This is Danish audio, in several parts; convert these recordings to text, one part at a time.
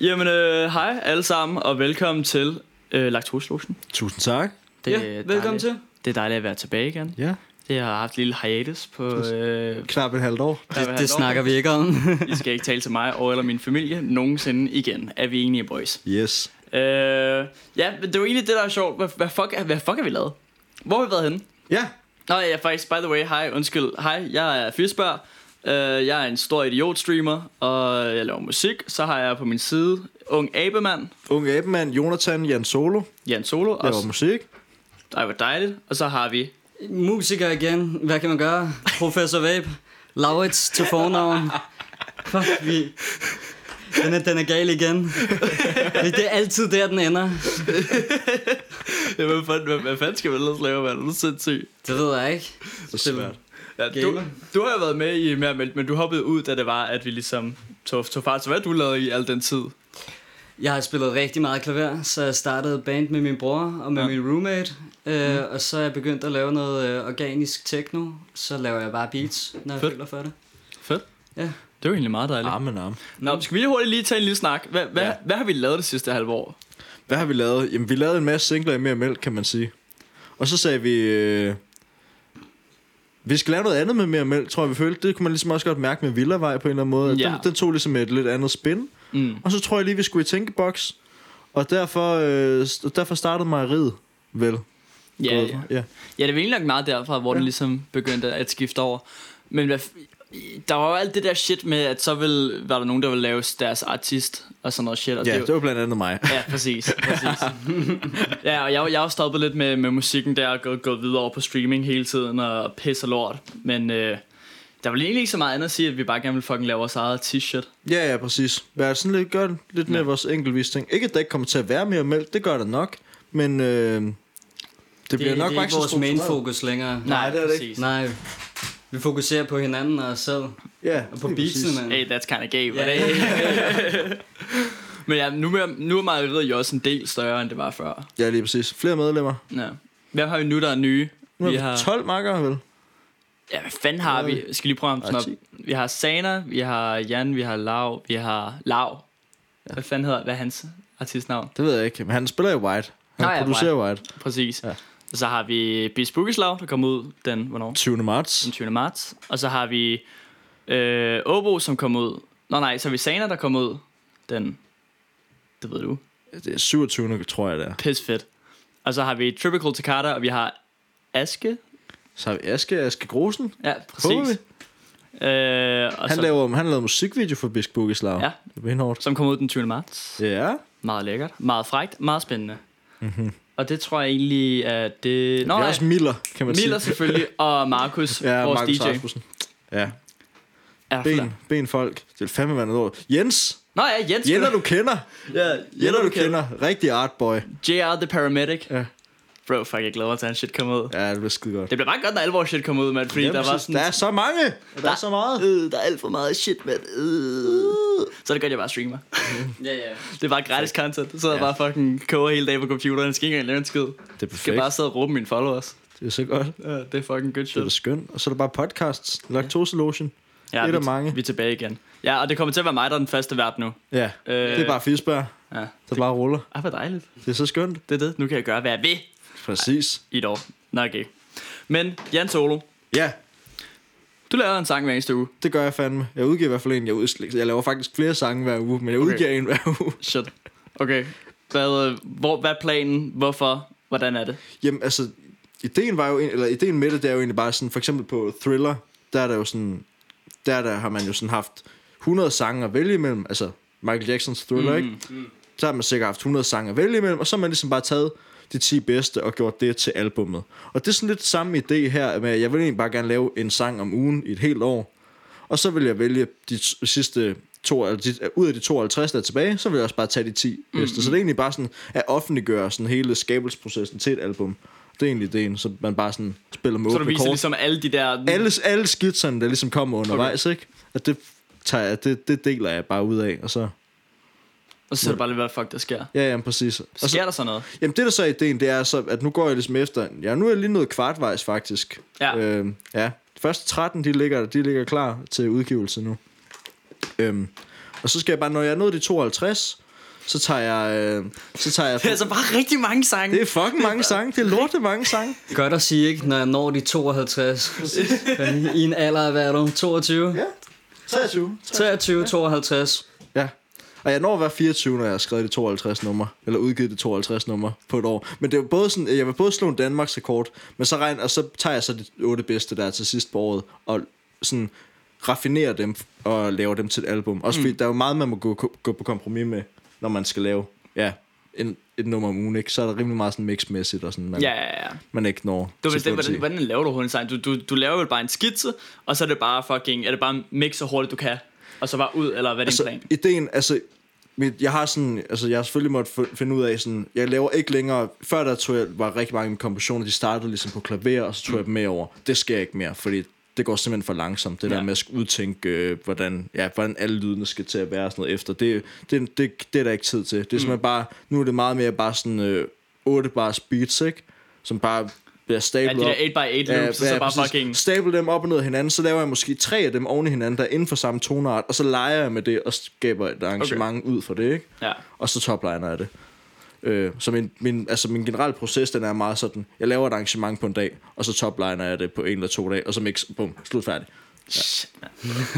Jamen, øh, hej alle sammen, og velkommen til øh, Laktoselogen. Tusind tak. Ja, Det er velkommen dejligt. til. Det er dejligt at være tilbage igen. Ja. Det har haft et lille hiatus på... Øh, det, Knap et halvt år. Det, det snakker vi ikke om. I skal ikke tale til mig og eller min familie nogensinde igen. Er vi enige, boys? Yes. Øh, ja, men det er jo egentlig det, der er sjovt. Hvad, hvad, fuck, er- hvad fuck har vi lavet? Hvor har vi været henne? Ja. Nå ja, faktisk, by the way, hej, undskyld. Hej, jeg er Fyrspørg. Øh, jeg er en stor idiot-streamer, og jeg laver musik. Så har jeg på min side Ung Abemand, Unge Abemand, Jonathan, Jan Solo. Jan Solo. Og, Laver musik. ej, hvor dejligt. Og så har vi Musiker igen. Hvad kan man gøre? Professor Vape. Laurits til fornavn. Fuck, vi... Den er, den er gal igen. Det, det er altid der, den ender. Ja, hvad, fanden, hvad, hvad fanden skal man ellers lave, mand? Er du sindssyg? Det ved jeg ikke. Det er svært. Ja, du, Gamer. du har jo været med i mere meldt, men du hoppede ud, da det var, at vi ligesom tog, tog fart. Så hvad har du lavet i al den tid? Jeg har spillet rigtig meget klaver, så jeg startede band med min bror og med Ja. ja. min roommate. Øh, mm. Og så er jeg begyndt at lave noget øh, organisk techno. Så laver jeg bare beats, når jeg Fedt. føler for det. Fedt. Ja. Det var egentlig meget dejligt. Arm arm. Ah, Nå, skal vi lige hurtigt lige tage en lille snak? Hvad, hvad, Ja. hvad har vi lavet det sidste halve år? Hvad har vi lavet? Jamen, vi lavede en masse singler i mere mælk, kan man sige. Og så sagde vi... Øh, vi skal lave noget andet med mere mælk, tror jeg, vi følte. Det kunne man ligesom også godt mærke med Villavej på en eller anden måde. Ja. Den, den tog ligesom et lidt andet spin. Mm. Og så tror jeg lige, vi skulle i tænkeboks. Og derfor, øh, st- derfor startede mejeriet vel. Ja, Gået ja. fra. ja. ja, det var egentlig nok meget derfra, hvor ja. Ja. den ligesom begyndte at skifte over. Men hvad, f- der var jo alt det der shit med, at så vil, var der nogen, der ville lave deres artist og sådan noget shit. Og Ja, det, det var blandt andet mig. Ja, præcis. præcis. ja, og jeg, jeg har jo stoppet lidt med, med musikken der og gået, gået videre over på streaming hele tiden og pisse og lort. Men øh, der var egentlig ikke så meget andet at sige, at vi bare gerne ville fucking lave vores eget t-shirt. Ja, ja, præcis. Vær sådan lidt, gør lidt mere Ja. ja. vores enkeltvis ting. Ikke at der ikke kommer til at være mere mælk, det gør der nok, men øh, det, Det, bliver det, nok det er ikke så vores struktureret. main fokus længere. Nej, det er det ikke. præcis. Nej. Vi fokuserer på hinanden og os selv. Ja, Og på lige præcis. beatsen, mand. Hey, that's kind of gay, Ja, yeah. Men ja, nu, er- nu er mejeriet jo også en del større, end det var før. Ja, lige præcis. Flere medlemmer. Ja. Hvem har vi nu, der er nye? Nu har Vi vi har- 12 makker, vel? Ja, hvad fanden har vi? Jeg Skal lige prøve ham sådan Ej, op. ti. Vi har Sana, vi har Jan, vi har Lav, vi har Lav. Hvad fanden hedder, hvad er hans artistnavn? Det ved jeg ikke, men han spiller jo White. Han Nå ja, producerer White. Præcis. Ja. Ja. Så har vi Beast Bookeslav, der kom ud den, hvornår? 20. marts. Den 20. marts. Og så har vi øh, Obo, som kom ud. Nå nej, så har vi Sana, der kom ud den, det ved du, Det er 27. tror jeg, det er. pis fedt. Og så har vi Tropical Takata, og vi har Aske. Så har vi Aske, Aske Grosen. Ja, Håber vi. præcis. Øh, og Han, så, laver, han lavede musikvideo for Bisk Bukislav. Ja. Det var hårdt. som kom ud den 20. marts. Ja. Meget lækkert, meget frægt, meget spændende. Mm-hmm. Og det tror jeg egentlig, at det... Nå, Mhm. vi er nej, også Miller, kan man Miller sige. selvfølgelig, og Markus, Ja, vores Markus DJ. Rasmussen. Ja, Er ben, benfolk. Det vil fandme være noget ord. Jens, Nå ja, Jens. Jens du kender. ja, Jætter, du kender. Rigtig artboy. JR The Paramedic. Ja. Bro, fuck, jeg glæder mig til, at hans shit kommer ud. Ja, det bliver skide godt. Det bliver bare godt, når alvor shit kommer ud, mand. Fordi Ja, der var præcis. sådan... der er så mange. Der, der er så meget. Øh, der er alt for meget shit, mand. Øh. Så er det godt, jeg bare streamer. ja, ja. Det er bare gratis content. Så er jeg Ja. bare fucking koger hele dagen på computeren. Jeg skal ikke engang lave en skid. Det er Jeg skal perfekt. bare sidde og råbe mine followers. Det er så godt. Ja, det er fucking good Det er da shit. skønt. Og så er der bare podcasts. Lactose Lotion. Ja, Et vi, af mange. vi er tilbage igen. Ja, og det kommer til at være mig, der er den faste vært nu. Ja, Øh, det er bare fiskbær, Ja. der bare ruller. Ej, hvor dejligt. Det er så skønt. Det er det. Nu kan jeg gøre, hvad jeg vil Præcis. i et år. Nå, okay. Men, Jan Solo, Ja, du laver en sang hver eneste uge. det gør jeg fandme. Jeg udgiver i hvert fald en. Jeg, ud... jeg laver faktisk flere sange hver uge, men jeg Okay. udgiver en hver uge. Shit. Okay. Hvad, øh, hvor, hvad er planen? Hvorfor? Hvordan er det? Jamen, altså, ideen var jo, en- eller ideen med det, det er jo egentlig bare sådan, for eksempel på Thriller, der er der jo sådan, der, der har man jo sådan haft 100 sange at vælge imellem, altså Michael Jacksons Thriller, mm. ikke? Så har man sikkert haft 100 sange at vælge imellem, og så har man ligesom bare taget de 10 bedste og gjort det til albummet. Og det er sådan lidt samme idé her med, at jeg vil egentlig bare gerne lave en sang om ugen i et helt år, og så vil jeg vælge de t- sidste to, eller de, ud af de 52, der er tilbage, så vil jeg også bare tage de 10 Mm-hmm. bedste. Mm. Så det er egentlig bare sådan at offentliggøre sådan hele skabelsesprocessen til et album. Det er egentlig ideen, så man bare sådan spiller med Så du åbne viser kort. ligesom alle de der... Alle, alle skitserne, der ligesom kommer undervejs, Mm. okay. ikke? At det, tager jeg, det, det deler jeg bare ud af, og så... Og så er det bare lidt, hvad fuck der sker. Ja, jamen præcis. Og så, Sker der sådan noget? jamen det der så er ideen, det er så, at nu går jeg ligesom efter... Ja, nu er jeg lige nået kvartvejs, faktisk. Ja. Øhm, ja. De første 13, de ligger, de ligger klar til udgivelse nu. Øhm, og så skal jeg bare, når jeg er nået de 52, Så tager jeg... Øh, så tager jeg Det er altså bare rigtig mange sange. det er fucking mange sange. Det er lorte mange sange. Godt at sige, ikke? Når jeg når de 52. I en alder af, hvad er du? 22? Ja. 23. 23, 52. Ja. Og jeg når at være 24, når jeg har skrevet det 52 nummer, eller udgivet det 52 nummer på et år. Men det er jo både sådan, jeg vil både slå en Danmarks rekord, men så regn, og så tager jeg så de otte bedste der er til sidst på året, og sådan raffinerer dem og laver dem til et album. Også fordi mm. der er jo meget, man må gå, gå på kompromis med, når man skal lave ja, en, et nummer om ugen, ikke? Så er der rimelig meget sådan mixmæssigt og sådan, man, Ja, ja, ja. man ikke når. Du, til hvis det, hvordan, kvalitet. hvordan laver du overhovedet en sang? Du, du, du laver vel bare en skitse, og så er det bare fucking, er det bare mix så hurtigt du kan, og så bare ud, eller hvad er din altså, plan? ideen, altså, mit, jeg har sådan, altså, jeg har selvfølgelig måtte f- finde ud af sådan, jeg laver ikke længere, før der tog jeg, var rigtig mange af mine kompositioner, de startede ligesom på klaver, og så tog jeg dem med over. Det sker jeg ikke mere, fordi det går simpelthen for langsomt, det ja. Ja. der med at skulle udtænke, øh, hvordan, ja, hvordan alle lydene skal til at være og sådan noget efter. Det, det, det, det er der ikke tid til. Det er Mm. simpelthen bare, nu er det meget mere bare sådan øh, 8 bars beats, ikke? Som bare bliver Ja, de stablet der op. 8x8 loops, ja, så bare præcis. fucking... Stable dem op og ned af hinanden, så laver jeg måske tre af dem oven i hinanden, der er inden for samme tonart, og så leger jeg med det og skaber et arrangement okay. ud for det, ikke? Ja. Og så topliner jeg det. Øh, så min, min, altså min generelle proces, den er meget sådan, jeg laver et arrangement på en dag, og så topliner jeg det på en eller to dage, og så mix, bum, slut færdig. Shit, mand.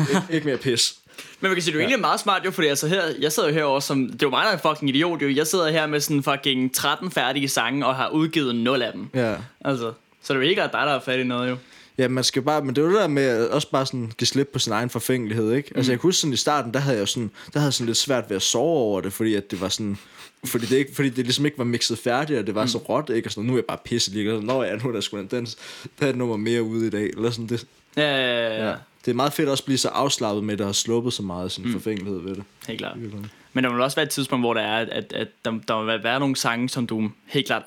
Ik- ikke mere pis. Men man kan sige, du er egentlig meget smart jo, fordi altså her, jeg sidder jo herovre som, det er jo mig, der er en fucking idiot jo, jeg sidder her med sådan fucking 13 færdige sange, og har udgivet 0 af dem. Ja. Altså, så det er jo ikke dig, der er fat i noget jo. Ja, man skal bare, men det er jo det der med at også bare sådan give slip på sin egen forfængelighed, ikke? Mm. Altså jeg kan huske sådan i starten, der havde jeg jo sådan, der havde jeg sådan lidt svært ved at sove over det, fordi at det var sådan, fordi det, ikke, fordi det ligesom ikke var mixet færdigt, og det var mm. så råt, ikke? Og sådan, nu er jeg bare pisse lige, og sådan, nå ja, nu er der sgu en dans, der er et nummer mere ude i dag, eller sådan det. Ja, ja, ja, ja. Det er meget fedt også at blive så afslappet med, at der har sluppet så meget af sin mm. forfængelighed ved det. Helt klart. Men der må vel også være et tidspunkt, hvor der er, at, at der, der må være nogle sange, som du helt klart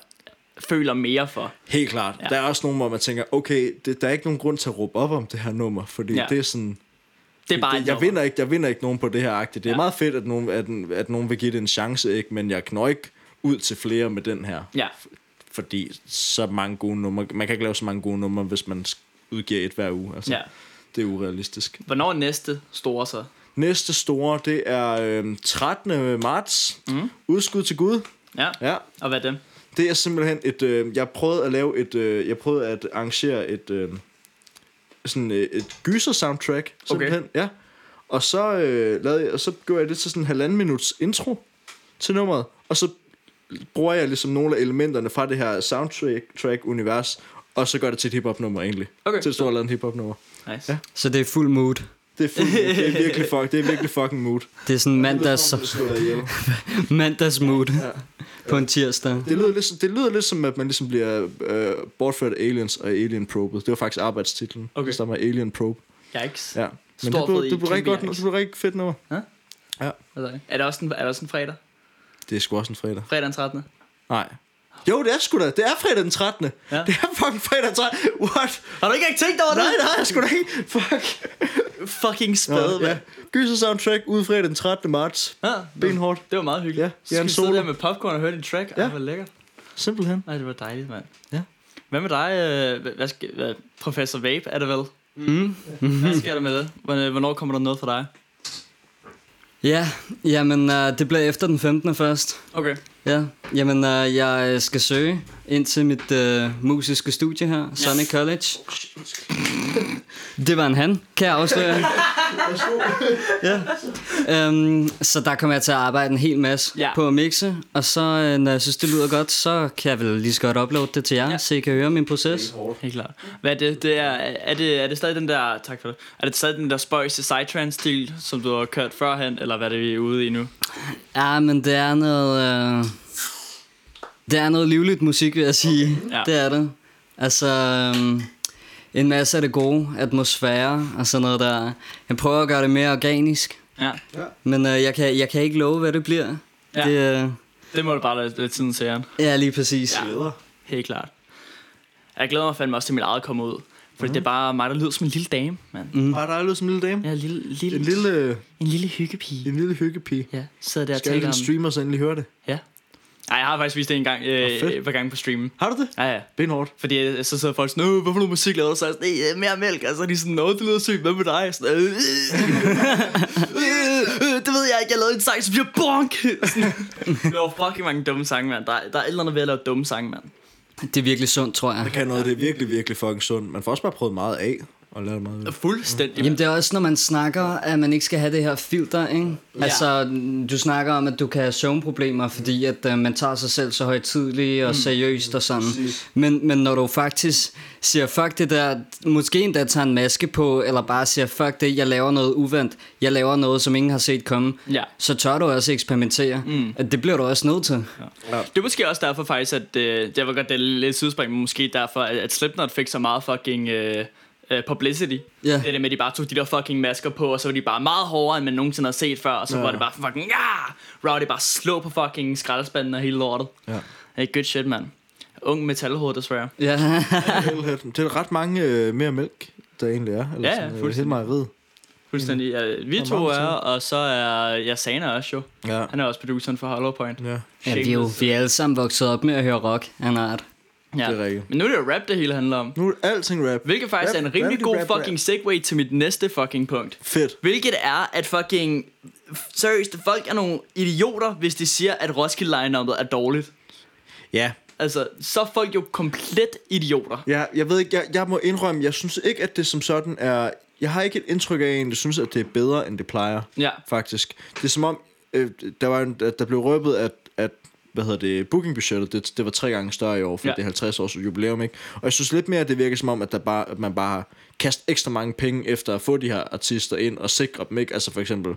føler mere for. Helt klart. Ja. Ja. Der er også nogle, hvor man tænker, okay, det, der er ikke nogen grund til at råbe op om det her nummer, fordi Ja. ja. det er sådan, Det er bare det, jeg, vinder ikke, jeg vinder ikke nogen på det her agtigt. Det er Ja. ja. meget fedt, at nogen, at, at nogen vil give det en chance, ikke? men jeg knøj ikke ud til flere med den her. Ja, Fordi så mange gode numre, man kan ikke lave så mange gode numre, hvis man sk- udgiver et hver uge. Altså, ja. Det er urealistisk. Hvornår er næste store så? Næste store, det er øh, 13. marts. Mm. Udskud til Gud. Ja, Ja, og hvad er dem? det er simpelthen et... Øh, jeg prøvede at lave et... Øh, jeg prøvede at arrangere et... Øh, sådan øh, et gyser soundtrack simpelthen, okay. ja. Og så øh, lavede jeg, og så gjorde jeg det til sådan en halvanden minuts intro til nummeret, og så bruger jeg ligesom nogle af elementerne fra det her soundtrack track univers og så gør det til et hiphop nummer egentlig. Okay. Til at stå og lave en hiphop nummer. Nice. Ja. Ja. Så det er fuld mood. Det er, fuld, det er virkelig fuck, det er virkelig fucking mood. Det er sådan Det mandags, lyder, som om du slår dig ihjel. mandags mood på en tirsdag. Det lyder, lidt, det lyder lidt som, at man ligesom bliver øh, bortført af Aliens og Alien Probe. Det var faktisk arbejdstitlen. Okay. Der var Alien Probe. Yikes. Ja. Men Stor det blev, fed det blev i rigtig godt, Kæmpe det blev rigtig fedt nummer. Hvad er det? Er det også en, er det også en fredag? Det er sgu også en fredag. Fredag den 13. Nej. Jo, det er sgu da. Det er fredag den 13. Ja. Ja. Det er fucking fredag den 13. What? Har du ikke engang tænkt over det? Nej, det har jeg sgu da ikke. Fuck. Fucking spade, ja. ja. Gyser soundtrack ude fredag den 13. marts. ja. Benhårdt. Det var meget hyggeligt. Ja, så jeg er skal en vi sidde solo. der med popcorn og høre din track. Ja. Ja. Ej, hvor lækkert. Simpelthen. Nej, det var dejligt, mand. Ja. Hvad med dig, øh, hvad- hvad skal, hvad, professor Vape, er det vel? Mhm. Mm. Hvad sker der med det? Hvorn- Hvornår kommer der noget for dig? Ja, jamen øh, det bliver efter den 15. først. Okay. Ja, jamen øh, jeg skal søge ind til mit øh, musiske studie her, Sonic College. Det var en han, kan jeg afsløre. ja. øhm, så der kommer jeg til at arbejde en hel masse Ja. ja. på at mixe, og så øh, når jeg synes, det lyder godt, så kan jeg vel lige så godt uploade det til jer, Ja. ja. så I kan høre min proces. Helt klart. Hvad er det? det er, er, det, er det stadig den der... Tak for det. Er det stadig den der spøjse sidetrans-stil, som du har kørt førhen, eller hvad er det, vi er ude i nu? Ja, men det er noget... Øh, det er noget livligt musik, vil jeg sige. Okay. ja. Ja. Det er det. Altså, øhm, en masse af det gode, atmosfære og sådan noget der. Jeg prøver at gøre det mere organisk, Ja. men øh, jeg, kan, jeg kan ikke love, hvad det bliver. Ja. Ja, det, øh, Det må du bare lade lade tiden til jer. ja lige præcis. Ja. Glæder. Helt klart. Jeg glæder mig fandme også til, mit eget kommer ud. For mm. Mhm. det er bare mig, der lyder som en lille dame, mand. Mm. Bare dig lyder som en lille dame. Jeg er en lille, lille, En lille, øh, en lille hyggepige. en lille hyggepige. Ja, sidder der og Skal alle taler dine om... streamers endelig høre det? Ja. Nej, jeg har faktisk vist det en gang, øh, fedt. et par gange på streamen. Har du det? Ja, ja. Benhårdt. Fordi øh, så sidder folk sådan, "Øh, hvorfor noget musik laver du så? Jeg er Sådan, "Øh, mere mælk. Og så er de sådan, noget det lyder sygt, hvad med dig? Jeg er Sådan, øh, øh, øh, det ved jeg ikke, jeg lavede en sang, som bliver bonk. Sådan. Der var fucking mange dumme sange, mand. Der, er- der er et eller andet ved at lave dumme sange, mand. Det er virkelig sundt, tror jeg. Kan noget, det er virkelig, virkelig fucking sundt. Man får også bare prøvet meget af og lært meget. af. Fuldstændig. Jamen det er også, når man snakker, at man ikke skal have det her filter, ikke? Ja. Altså, du snakker om, at du kan have søvnproblemer, fordi at øh, man tager sig selv så højtidligt og seriøst og sådan. Men, men når du faktisk siger, fuck det der, måske endda tager en maske på, eller bare siger, fuck det, jeg laver noget uvandt, jeg laver noget, som ingen har set komme, Ja. så tør du også eksperimentere. Mm. Det bliver du også nødt til. Det er måske også derfor faktisk, at øh, det var godt, det er lidt sidespring, men måske derfor, at, at Slipknot fik så meget fucking øh, øh, publicity. Ja. Det der med, at de bare tog de der fucking masker på, og så var de bare meget hårdere, end man nogensinde havde set før, og så Ja. var det bare fucking, ja! Rowdy bare slå på fucking skraldespanden og hele lortet. Ja. Hey, good shit, mand. Ung metalhoved, desværre. Ja. Det er ret mange øh, mere mælk, der egentlig er. Eller Ja, ja, sådan, øh, hele fuldstændig. mejeriet. Fuldstændig. Mm. Ja, vi Og to meget er, metal. og så er ja, Sana også jo. Ja. Han er også produceren for Hollow Point. ja. ja, vi er jo vi er alle sammen vokset op med at høre rock, han art. Ja. Det er rigtigt. Men nu er det jo rap, det hele handler om. Nu er alting rap. Hvilket faktisk Rap, er en rimelig rap, god rap, rap. fucking segue til mit næste fucking punkt. Fedt. Hvilket er, at fucking... Seriøst, folk er nogle idioter, hvis de siger, at roskilde lineupet er dårligt. Ja. Altså, så er folk jo komplet idioter. ja. Jeg ved ikke, jeg, jeg må indrømme, jeg synes ikke, at det som sådan er... Jeg har ikke et indtryk af, at jeg egentlig synes, at det er bedre, end det plejer. Ja. Faktisk. Det er som om, øh, der, var en, at der blev røbet, at, at hvad hedder det, bookingbudgettet, det, det var tre gange større i år, fordi Ja. ja. det er 50 års jubilæum, ikke? Og jeg synes lidt mere, at det virker som om, at, der bare, at man bare har kastet ekstra mange penge efter at få de her artister ind og sikre dem, ikke? Altså for eksempel,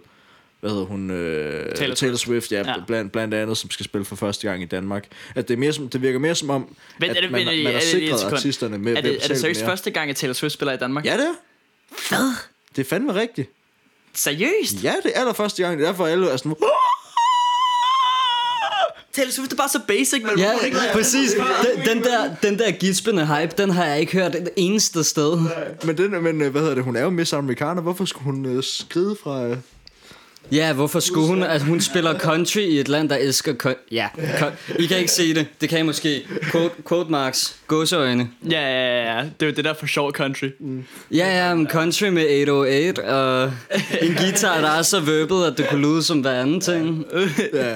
hvad hedder hun? Øh, Taylor Taylor, Taylor Swift, ja, Ja. ja. Blandt, blandt andet, som skal spille for første gang i Danmark. At det, er mere som, det virker mere som om, Vent, at er det- man, vent, er man har det- er det et sikret sekund? artisterne med Er ved at det, er det betale seriøst mere. første gang, at Taylor Swift spiller i Danmark? Ja, det er. Hvad? Det er fandme rigtigt. Seriøst? Ja, det er allerførste gang. Det er derfor, alle er sådan, Ah! Taylor Swift er bare så basic, men Ja, hvorfor ikke lade- præcis. Den, den, der, den der gispende hype, den har jeg ikke hørt et eneste sted. Men, den, men øh, hvad hedder det, hun er jo Miss Americana. Hvorfor skulle hun øh, skride fra... Øh? Ja, hvorfor skulle hun? Altså, hun spiller country i et land, der elsker country. Ja, co- I kan ikke se det. Det kan I måske. Quote, quote marks. Gåseøjne. Ja, ja, ja, ja. Det er jo det der for sjov country. Ja, ja, men country med 808 og en guitar, der er så vøbet, at det kunne lyde som hver anden ting. Ja.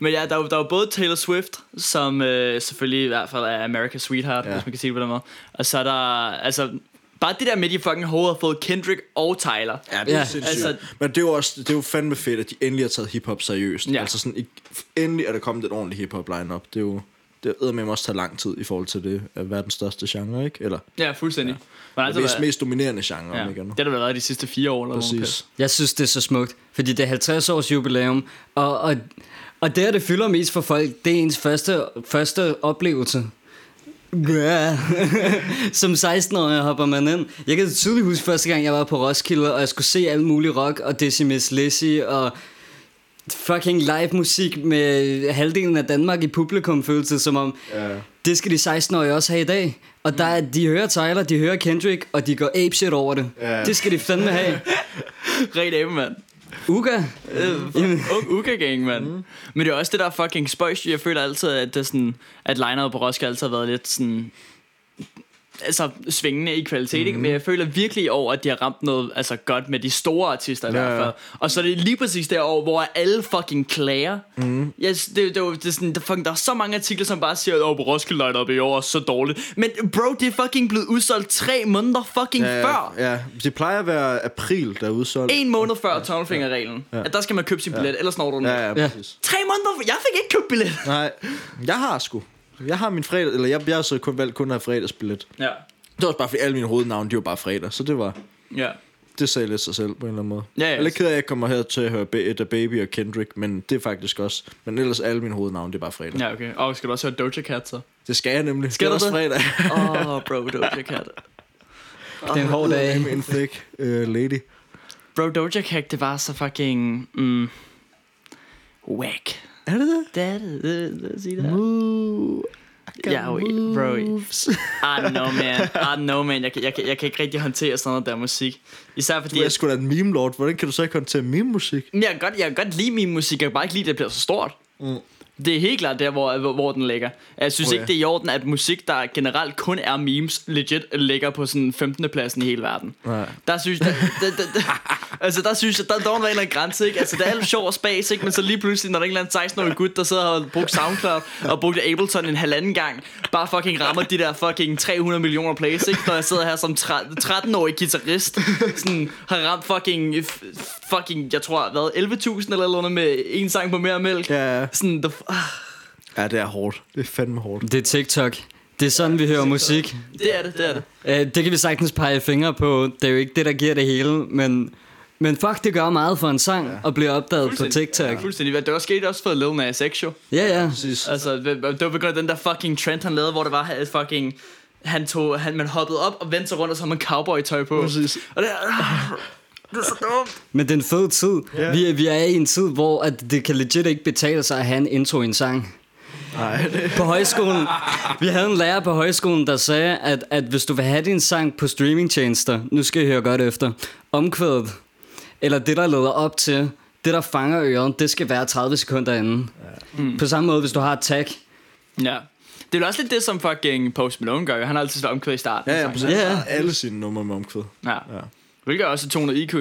Men ja, der er, jo, der er jo både Taylor Swift, som øh, selvfølgelig i hvert fald er America's Sweetheart, ja. Ja. hvis man kan sige det på den måde. Og så er der, altså, bare det der med, at de fucking hovedet har fået Kendrick og Tyler. Ja, det er Ja, ja, sindssygt. altså- Altså, men det er jo også det er jo fandme fedt, at de endelig har taget hiphop seriøst. Ja. Ja. Altså sådan, ikke- endelig er der kommet et ordentligt hiphop lineup. Det er jo det har med også taget lang tid i forhold til det at være den største genre, ikke? Eller Ja, fuldstændig. Ja. Men altså, mest, mest dominerende genre, ja. ja, om ikke det andet. har der været de sidste fire år. Eller noget Præcis. pis. Jeg synes, det er så smukt, fordi det er 50 års jubilæum, og, og, og det, der det fylder mest for folk, det er ens første, første oplevelse. Ja. Som 16-årig hopper man ind. Jeg kan tydeligt huske første gang, jeg var på Roskilde, og jeg skulle se alle mulige rock og Decimus Lizzy og fucking live musik med halvdelen af Danmark i publikum føles det som om, Ja. det skal de 16-årige også have i dag. Og der er, de hører Tyler, de hører Kendrick, og de går apeshit over det. Ja. Det skal de fandme have. Ren abe, mand. Uga, Øh, Ung uka gang, mand. Mm. Men det er også det der fucking spøjs. Jeg føler altid, at, det er sådan, at lineret på Roskilde altid har været lidt sådan... Altså svingende i kvalitet, mm. men jeg føler virkelig over, at de har ramt noget altså, godt med de store artister i Ja, hvert ja. fald. Og så er det lige præcis derovre, hvor alle fucking klager. Mm. Yes, det, det, er jo- det, er sådan, der, fucking, der er så mange artikler, som bare siger, at Roskilde Light op i år er så dårligt. Men bro, det er fucking blevet udsolgt tre måneder fucking Ja, før. ja, det plejer at være april, der er udsolgt. En måned før tommelfingerreglen, ja. at der skal man købe sin billet, ellers når du den. Ja, ja, Ja. præcis. Tre måneder? Jeg fik ikke købt billet. Nej, jeg har sgu. Jeg har min fredag, eller jeg, jeg har så kun valgt kun at have fredagsbillet. Ja. Det var også bare fordi alle mine hovednavne, de var bare fredag, så det var... Ja. Det sagde lidt sig selv på en eller anden måde. Ja, ja. jeg er Altså. lidt ked af, at jeg kommer her til at høre Ba- Da Baby og Kendrick, men det er faktisk også... Men ellers alle mine hovednavne, det er bare fredag. Ja. Ja, okay. Og skal du også høre Doja Cat så? Det skal jeg nemlig. Skal det er du også det? Åh, fredag. oh, bro, Doja Cat. det er en hård dag. Med en thick uh, lady. Bro, Doja Cat, det var så fucking... Mm, whack. Er det det? Det er det, det, det, det, det. Move. Ja, jo, bro. I don't know, man. I don't know, man. Jeg, kan- jeg, kan- jeg kan ikke rigtig håndtere sådan noget der musik. Især fordi... Du er sgu da en meme lord. Hvordan kan du så ikke håndtere meme musik? Men jeg kan godt, jeg kan godt lide min musik, jeg kan bare ikke lide, at det bliver så stort. Mm. Det er helt klart der, hvor, hvor, hvor den ligger. Jeg synes Oh, oh, ja. ja. ikke, det er i orden, at musik, der generelt kun er memes, legit ligger på sådan 15. pladsen i hele verden. Nej. Der synes jeg, der, der, der, altså der synes jeg, der, der var en eller anden grænse, ikke? Altså det er alt sjov og spas, ikke? Men så lige pludselig, når der er en eller anden 16-årig gut, der sidder og har brugt SoundCloud og brugt Ableton en halvanden gang, bare fucking rammer de der fucking 300 millioner plays, ikke? Når jeg sidder her som tre- 13-årig guitarist, sådan har ramt fucking, f- fucking, jeg tror, hvad, 11.000 eller noget med en sang på mere mælk. Ja, ja. Sådan, the f- ah, ja, det er hårdt. Det er fandme hårdt. Det er TikTok. Det er sådan, vi hører musik. det er det, det er det. Øh, Det kan vi sagtens pege fingre på. Det er jo ikke det, der giver det hele, men... Men fuck, det gør meget for en sang ja. at blive opdaget på TikTok. Fuldstændig. Det var sket også for Lil Nas X, jo. Ja, ja. Præcis. Altså, det det var begyndt den der fucking trend, han lavede, hvor det var at fucking... Han tog, han, man hoppede op og vendte sig rundt, og så havde man cowboy-tøj på. Præcis. Og det, ah. er- det er så dumt. Men det er en fed tid. Ja. Yeah. Vi, er, vi er i en tid, hvor at det kan legit ikke betale sig at have en intro i en sang. Nej, det På højskolen, vi havde en lærer på højskolen, der sagde, at, at hvis du vil have din sang på streamingtjenester, nu skal I høre godt efter, omkvædet, eller det, der leder op til, det, der fanger øret, det skal være 30 sekunder inden. Yeah. Mm. På samme måde, hvis du har et tag. Ja. Det er vel også lidt det, som fucking Post Malone gør. jo. Han har altid været omkvædet i starten. Ja, ja, af præcis. sangen. Ja, ja. Ja. Alle sine numre med omkvæd. ja. Ja. Hvilket er også 200 IQ jo.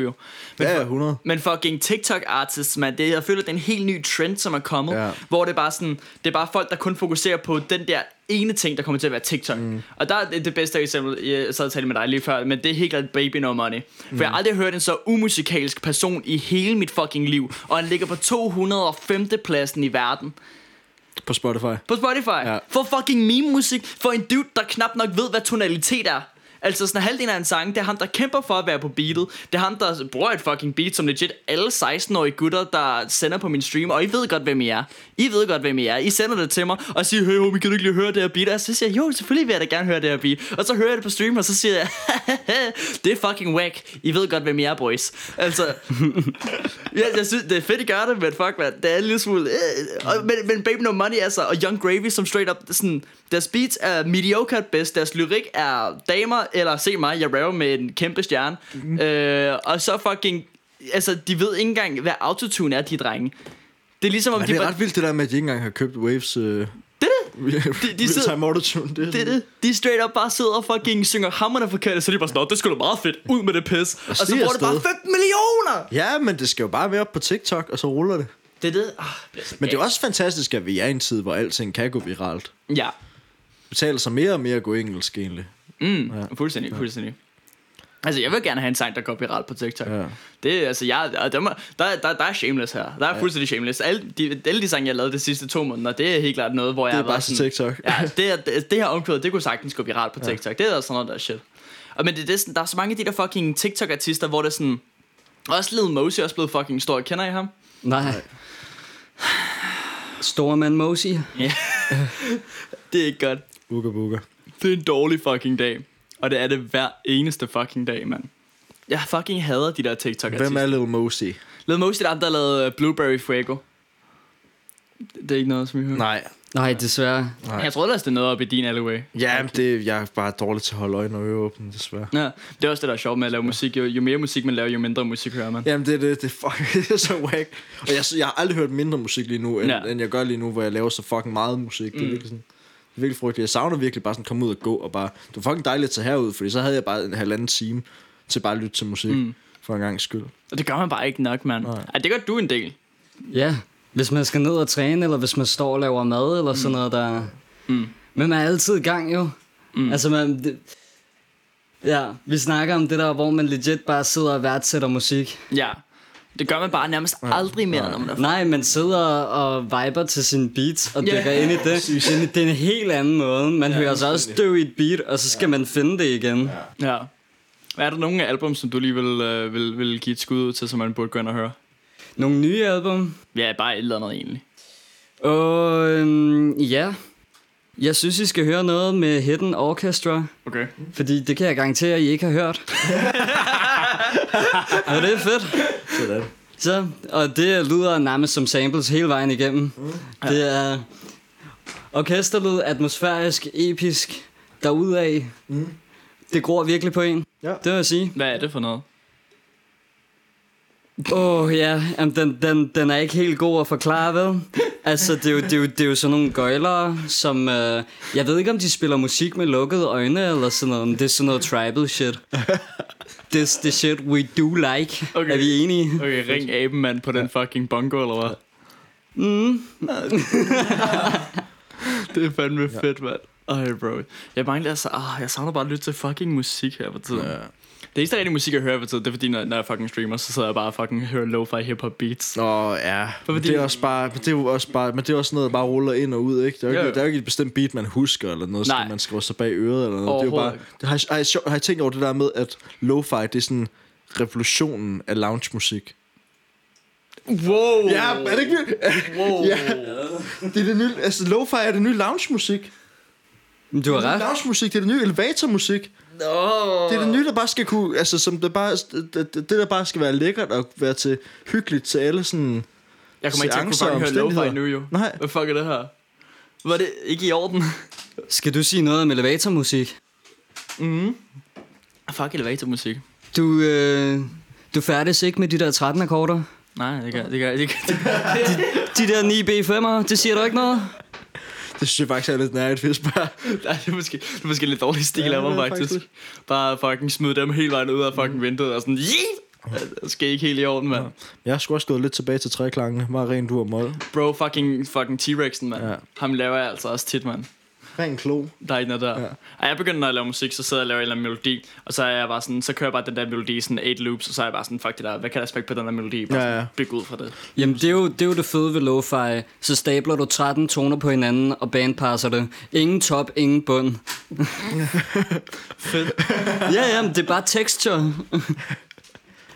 Men, Ja, ja, 100. men fucking TikTok-artists, man. Det, jeg føler, det er en helt ny trend, som er kommet. Ja. Hvor det er bare sådan, det er bare folk, der kun fokuserer på den der ene ting, der kommer til at være TikTok. Mm. Og der er det, det bedste eksempel, jeg sad og talte med dig lige før, men det er helt klart Baby No Money. For mm. jeg har aldrig hørt en så umusikalsk person i hele mit fucking liv, og han ligger på 205. pladsen i verden. På Spotify. På Spotify. Ja. Ja. For fucking meme-musik. For en dude, der knap nok ved, hvad tonalitet er. Altså sådan halvdelen af en sang, det er ham, der kæmper for at være på beatet. Det er ham, der bruger et fucking beat, som legit alle 16-årige gutter, der sender på min stream. Og I ved godt, hvem I er. I ved godt, hvem I er. I sender det til mig og siger, hey homie, kan du ikke lige høre det her beat? Og så siger jeg, jo, selvfølgelig vil jeg da gerne høre det her beat. Og så hører jeg det på stream, og så siger jeg, det er fucking whack. I ved godt, hvem I er, boys. Altså, Ja, jeg synes, det er fedt, I gør det, men fuck, man, det er en lille smule... Øh, og, men, men Baby No Money, altså, og Young Gravy, som straight up, sådan, deres beats er mediocre at bedst, deres lyrik er damer, eller se mig, jeg rapper med en kæmpe stjerne. Mm. Øh, og så fucking... Altså, de ved ikke engang, hvad autotune er, de drenge. Det er ligesom, om Men de det er bare... ret vildt det der med, at de ikke engang har købt Waves... Øh... Det er De, de sidder- Time Autotune. Det, er det er sådan- det. De straight up bare sidder og fucking synger hammerne forkert, så de er bare sådan, "Nå, det skulle da meget fedt, ud med det pis. Og så stiger bruger det bare afsted. 15 millioner! Ja, men det skal jo bare være op på TikTok, og så ruller det. Det er det. Oh, Men det er jo også fantastisk, at vi er i en tid, hvor alting kan gå viralt. Ja, Betaler sig mere og mere at gå engelsk, egentlig. Mm, ja. fuldstændig, fuldstændig. Altså, jeg vil gerne have en sang, der går viral på TikTok. Ja. Ja. Det er, altså, jeg, og der, må- der, der, der er shameless her. Der er ja. fuldstændig shameless. Alle de, alle de sange, jeg lavede de sidste to måneder, det er helt klart noget, hvor jeg er har været bare til sådan- TikTok. Ja, det, er, det, det her omkvæd, det kunne sagtens gå viralt på TikTok. Ja. Det er sådan noget, der er shit. Og men det, er det er sådan, der er så mange af de der fucking TikTok-artister, hvor det er sådan... Også Lil Mosey er også blevet fucking stor. Kender I ham? Nej. Stormand Mosey. Det er ikke godt. Uga buga. Det er en dårlig fucking dag. Og det er det hver eneste fucking dag, mand. Jeg fucking hader de der TikTok-artister. Hvem er Lil Mosey? Led Mosey, der er ham, der lavede øh, Blueberry Fuego. Det er ikke noget, som I hører. Nej. Nej, desværre. Nej. Jeg tror ellers, det er noget op i din alleyway. Ja, men det, jeg er bare dårlig til at holde øjnene og ører åbne, desværre. Ja, det er også det, der er sjovt med at lave musik. Jo, jo mere musik man laver, jo mindre musik hører man. Jamen, det er det. Det er, fuck, det er så whack. Og jeg, jeg har aldrig hørt mindre musik lige nu, end, ja. Ja. Mm. end jeg gør lige nu, hvor jeg laver så fucking meget musik. Det er virkelig sådan... Det er virkelig frygteligt. Jeg savner virkelig bare sådan at komme ud og gå og bare... Det var fucking dejligt at tage herud, fordi så havde jeg bare en halvanden time til bare at lytte til musik. Mm. For en gang skyld. Og det gør man bare ikke nok, mand. Nej. Ej, det gør du en del. Ja, hvis man skal ned og træne, eller hvis man står og laver mad, eller mm. sådan noget, der... Mm. Men man er altid i gang, jo. Mm. Altså, man... Det... Ja, vi snakker om det der, hvor man legit bare sidder og værdsætter musik. Ja. Det gør man bare nærmest aldrig mere, når man er Nej, man sidder og viber til sine beats og Ja. dykker ind i det. Det det er en helt anden måde. Man ja, hører sig også støv i et beat, og så skal ja. man finde det igen. Ja. Ja. Hvad er der nogle album, som du lige vil, øh, vil, vil give et skud ud til, som man burde gå ind og høre? Nogle nye album? Ja, bare et eller andet egentlig. Og øhm, ja, jeg synes, I skal høre noget med Hidden Orchestra. Okay. Fordi det kan jeg garantere, at I ikke har hørt. og det er fedt. Sådan. Så, og det lyder nærmest som samples hele vejen igennem. Det er orkesterlyd, atmosfærisk, episk, derudaf. Mm. Det gror virkelig på en. Ja. Det vil jeg sige. Hvad er det for noget? Åh oh, ja, Jamen, den, den, den er ikke helt god at forklare, vel? Altså, det er jo, det er jo, det er jo sådan nogle gøjlere, som... Øh, jeg ved ikke, om de spiller musik med lukkede øjne eller sådan noget, men det er sådan noget tribal shit. Det er det shit, we do like. Okay. Okay. Er vi enige? Okay, ring abemand på den fucking bongo, eller hvad? Mm. Det er fandme ja. fedt, mand. Ej, bro. Jeg mangler altså... Ah, jeg savner bare at lytte til fucking musik her for tiden. Ja. Det eneste rigtig musik, jeg hører for tiden, det er fordi, når, når jeg fucking streamer, så sidder jeg bare og fucking hører lo-fi hip-hop beats. Nå, ja. For Men fordi- det, er også bare, men det er jo også bare, men det er også noget, der bare ruller ind og ud, ikke? Det er jo Jo, ikke, jo. der er jo ikke et bestemt beat, man husker, eller noget, Nej. som man skriver sig bag øret, eller noget. Det er jo bare, Overhovedet det har, jeg, har, har I tænkt over det der med, at lo-fi, det er sådan revolutionen af lounge-musik? Wow! Ja, er det ikke vildt? Wow! Ja. Det er det nye, altså lo-fi er det nye lounge-musik. Men Du har ret. Lounge-musik, det er det nye elevator-musik. No. Det er det nye, der bare skal kunne, altså som det bare, det, det, det der bare skal være lækkert og være til hyggeligt til alle sådan... Jeg kommer ikke til at kunne Seancer og fucking høre lo-fi nu, omstændigheder. jo. Nej. Hvad fuck er det her? Var det ikke i orden? Skal du sige noget om elevatormusik? Mhm. Fuck elevatormusik. Du, øh, du færdes ikke med de der 13 akkorder? Nej, det kan, det kan, det kan. De der 9B5'er, det siger du ikke noget? Det synes jeg faktisk er lidt nærigt, hvis bare... Nej, det er måske, det er måske lidt dårlig stil Ja, af det mig, er faktisk. Mm. Bare fucking smide dem hele vejen ud af fucking vinduet og sådan... Yeah! Det skal ikke helt i orden, mand. Jeg har sgu også gået lidt tilbage til træklangene. Meget ren du og mål. Bro, fucking, fucking T-Rexen, mand. Ja. Ja. Ham laver jeg altså også tit, mand. Ren klo. Der er ikke noget der. Ja. Ja. Og jeg begynder, når jeg laver musik, så sidder jeg og laver en eller anden melodi, og så er jeg bare sådan, så kører jeg bare den der melodi i sådan eight loops, og så er jeg bare sådan, fuck det der, hvad kan jeg smække på den der melodi? Bare Ja, sådan, ja. Bygge ud fra det. Jamen, det er, jo, det er jo det fede ved lo-fi. Så stabler du 13 toner på hinanden, og bandpasser det. Ingen top, ingen bund. Fedt. Ja, ja, men det er bare texture.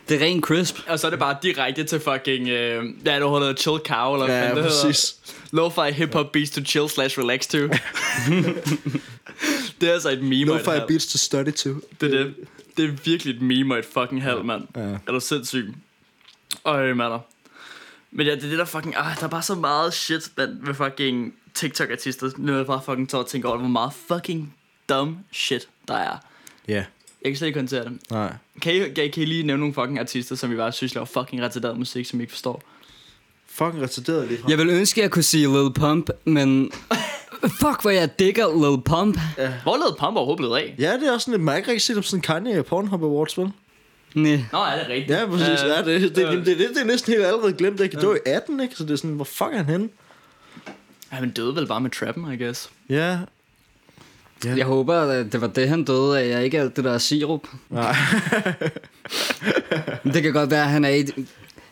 det er ren crisp. Og så er det bare direkte til fucking, øh, ja, du holder Chill Cow, eller hvad Ja, fanden det præcis. hedder. Lo-fi hip-hop beats to chill slash relax to. det er altså et meme. og et Lo-fi halvt. beats to study to. Det er det. Det er virkelig et meme og et fucking halv, mand. Ja. Ja. Er du sindssyg? Øj, mander. Men ja, det er det der fucking... Ah, der er bare så meget shit, mand, med fucking TikTok-artister. Nu er jeg bare fucking tår og tænker over, hvor meget fucking dumb shit der er. Ja. Jeg kan slet ikke håndtere det. Nej. Kan I, kan, I, kan I lige nævne nogle fucking artister, som I bare synes laver fucking retarderet musik, som I ikke forstår? Fucking retarderet lige fra. Jeg vil ønske, at jeg kunne sige Lil Pump, men... Fuck, hvor jeg digger Lil Pump. Hvor lavede Pump overhovedet blevet af? Ja, det er også sådan lidt, man kan ikke rigtig se dem sådan Kanye og Pornhub Awards, vel? Næ. Nå, er det rigtigt? Ja, præcis. Øh, ja, det, det, det, øh. det, det, det, er næsten helt allerede glemt, ikke? Det var i 18, ikke? Så det er sådan, hvor fuck er han henne? Ja, men døde vel bare med trappen, I guess. Ja. Ja. Jeg håber, at det var det, han døde af, og ikke alt det der sirup. Nej. Det kan godt være, at han er i... et-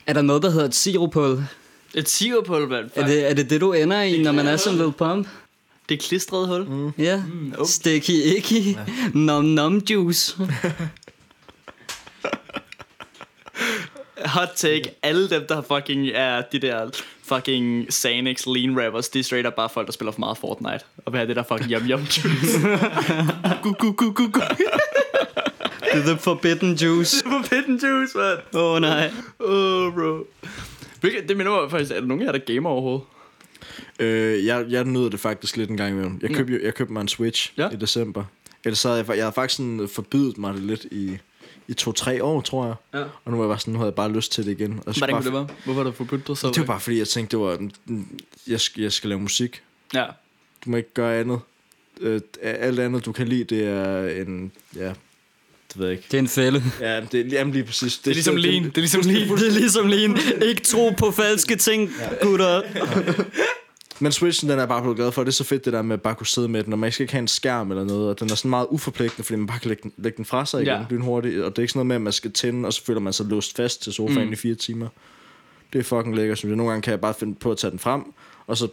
Er der noget, der hedder et siruphul? Et sigerpulver, mand. Er Fuck. Det... det, er det det, du ender i, når man er som Lil Pump? det klistrede hul. Mm. Ja. Mm, Oh. okay. Sticky icky. Nom nom juice. Hot take. Alle dem, der fucking er de der fucking Xanax lean rappers, de er straight up bare folk, der spiller for meget Fortnite. Og hvad er det der fucking yum yum juice? gu, gu, gu, gu, gu. The forbidden juice. Forbidden juice, man. Åh oh, nej. Oh, bro. Hvilket, det minder mig faktisk, er der nogen af jer, der gamer overhovedet? Øh, jeg, jeg nyder det faktisk lidt en gang imellem. Jeg købte, jeg købte mig en Switch Ja. ja. i december. Ellers så havde jeg, fa- jeg havde faktisk sådan forbydet mig det lidt i, i to-tre år, tror jeg. Ja. Og nu var jeg bare sådan, nu havde jeg bare lyst til det igen. Og så Hvordan bare, kunne det være? Hvorfor har du forbudt dig så? Det var bare fordi, jeg tænkte, det var, mm, jeg, sk- jeg skal lave musik. Ja. Du må ikke gøre andet. Øh, alt andet, du kan lide, det er en... Ja, det ved jeg ikke. Det er en fælde. Ja, men det er jamen lige præcis. Det er ligesom lean. Det er ligesom lean. Det er ligesom lige Ikke tro på falske ting, gutter. Men Switchen, den er jeg bare blevet glad for. Det er så fedt, det der med at bare kunne sidde med den, og man skal ikke have en skærm eller noget. Og den er sådan meget uforpligtende, fordi man bare kan lægge den, lægge den fra sig igen Ja. ja. lynhurtigt. Og det er ikke sådan noget med, at man skal tænde, og så føler man sig låst fast til sofaen mm. i fire timer. Det er fucking lækkert, synes jeg. Nogle gange kan jeg bare finde på at tage den frem, og så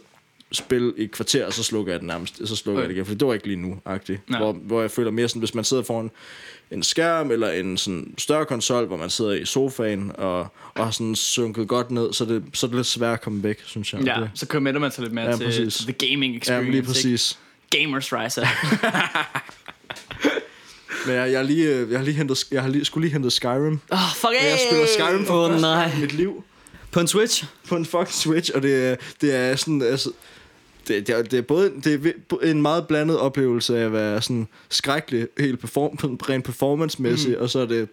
spille i et kvarter, og så slukker jeg den nærmest. Så slukker okay. jeg det igen, for det var ikke lige nu, agtigt. Nej. Hvor, hvor jeg føler mere sådan, hvis man sidder foran en skærm, eller en sådan større konsol, hvor man sidder i sofaen, og, og har sådan sunket godt ned, så er det, så er det lidt svært at komme væk, synes jeg. Ja, Det, så committer man sig lidt mere Ja, ja, til, præcis. til the gaming ja, experience. men lige præcis. Ikke? Gamers rise up. Men jeg, jeg, har lige, øh, jeg, har lige hentet, jeg har lige, skulle lige hente Skyrim. oh, fuck Jeg spiller Skyrim for Åh oh, nej. oh. mit liv På en Switch? på en fucking Switch, og det, er- det er sådan... Altså, det, det, er, det er både det er vi- en meget blandet oplevelse af at være sådan skrækkelig helt perform, rent performancemæssigt, mm. og så er det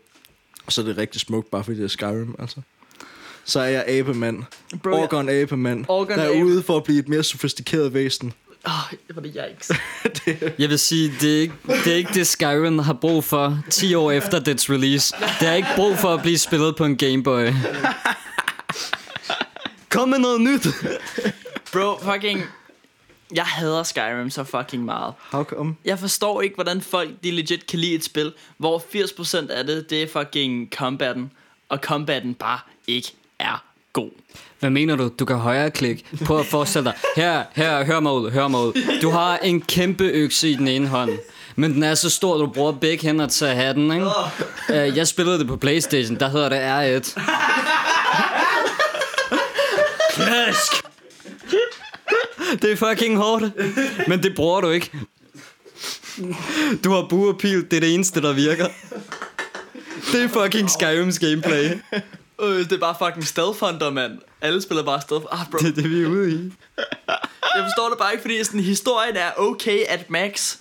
og så er det rigtig smukt, bare fordi det er Skyrim, altså. så er jeg abemand. Bro, jeg- Orgon abemand. Orgon der er abe. ude for at blive et mere sofistikeret væsen. Åh, var det yikes. Jeg vil sige, det er, ikke, det er ikke det, Skyrim har brug for 10 år efter dets release. Der er ikke brug for at blive spillet på en Game Boy. Kom med noget nyt! Bro, fucking... Jeg hader Skyrim så fucking meget. How come? Jeg forstår ikke, hvordan folk de legit kan lide et spil, hvor 80% af det, det er fucking combatten, og combatten bare ikke er god. Hvad mener du? Du kan højre klik på at forestille dig. Her, her, hør mig ud, hør mig ud. Du har en kæmpe økse i den ene hånd. Men den er så stor, du bruger begge hænder til at have den, ikke? Øh, Jeg spillede det på Playstation, der hedder det R1. Klask! Det er fucking hårdt, men det bruger du ikke. Du har bue og pil, det er det eneste, der virker. Det er fucking Skyrims gameplay. Øh, det er bare fucking stealth hunter, mand. Alle spiller bare stealth. Ah, bro. Det er det, vi er ude i. Jeg forstår det bare ikke, fordi sådan, historien er okay at max,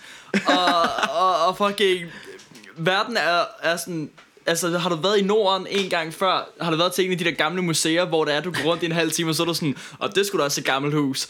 og, og, og fucking... Verden er, er sådan... Altså, har du været i Norden en gang før, har du været til en af de der gamle museer, hvor der er, du går rundt i en halv time, og så er du sådan, og det skulle da også et gammelt hus.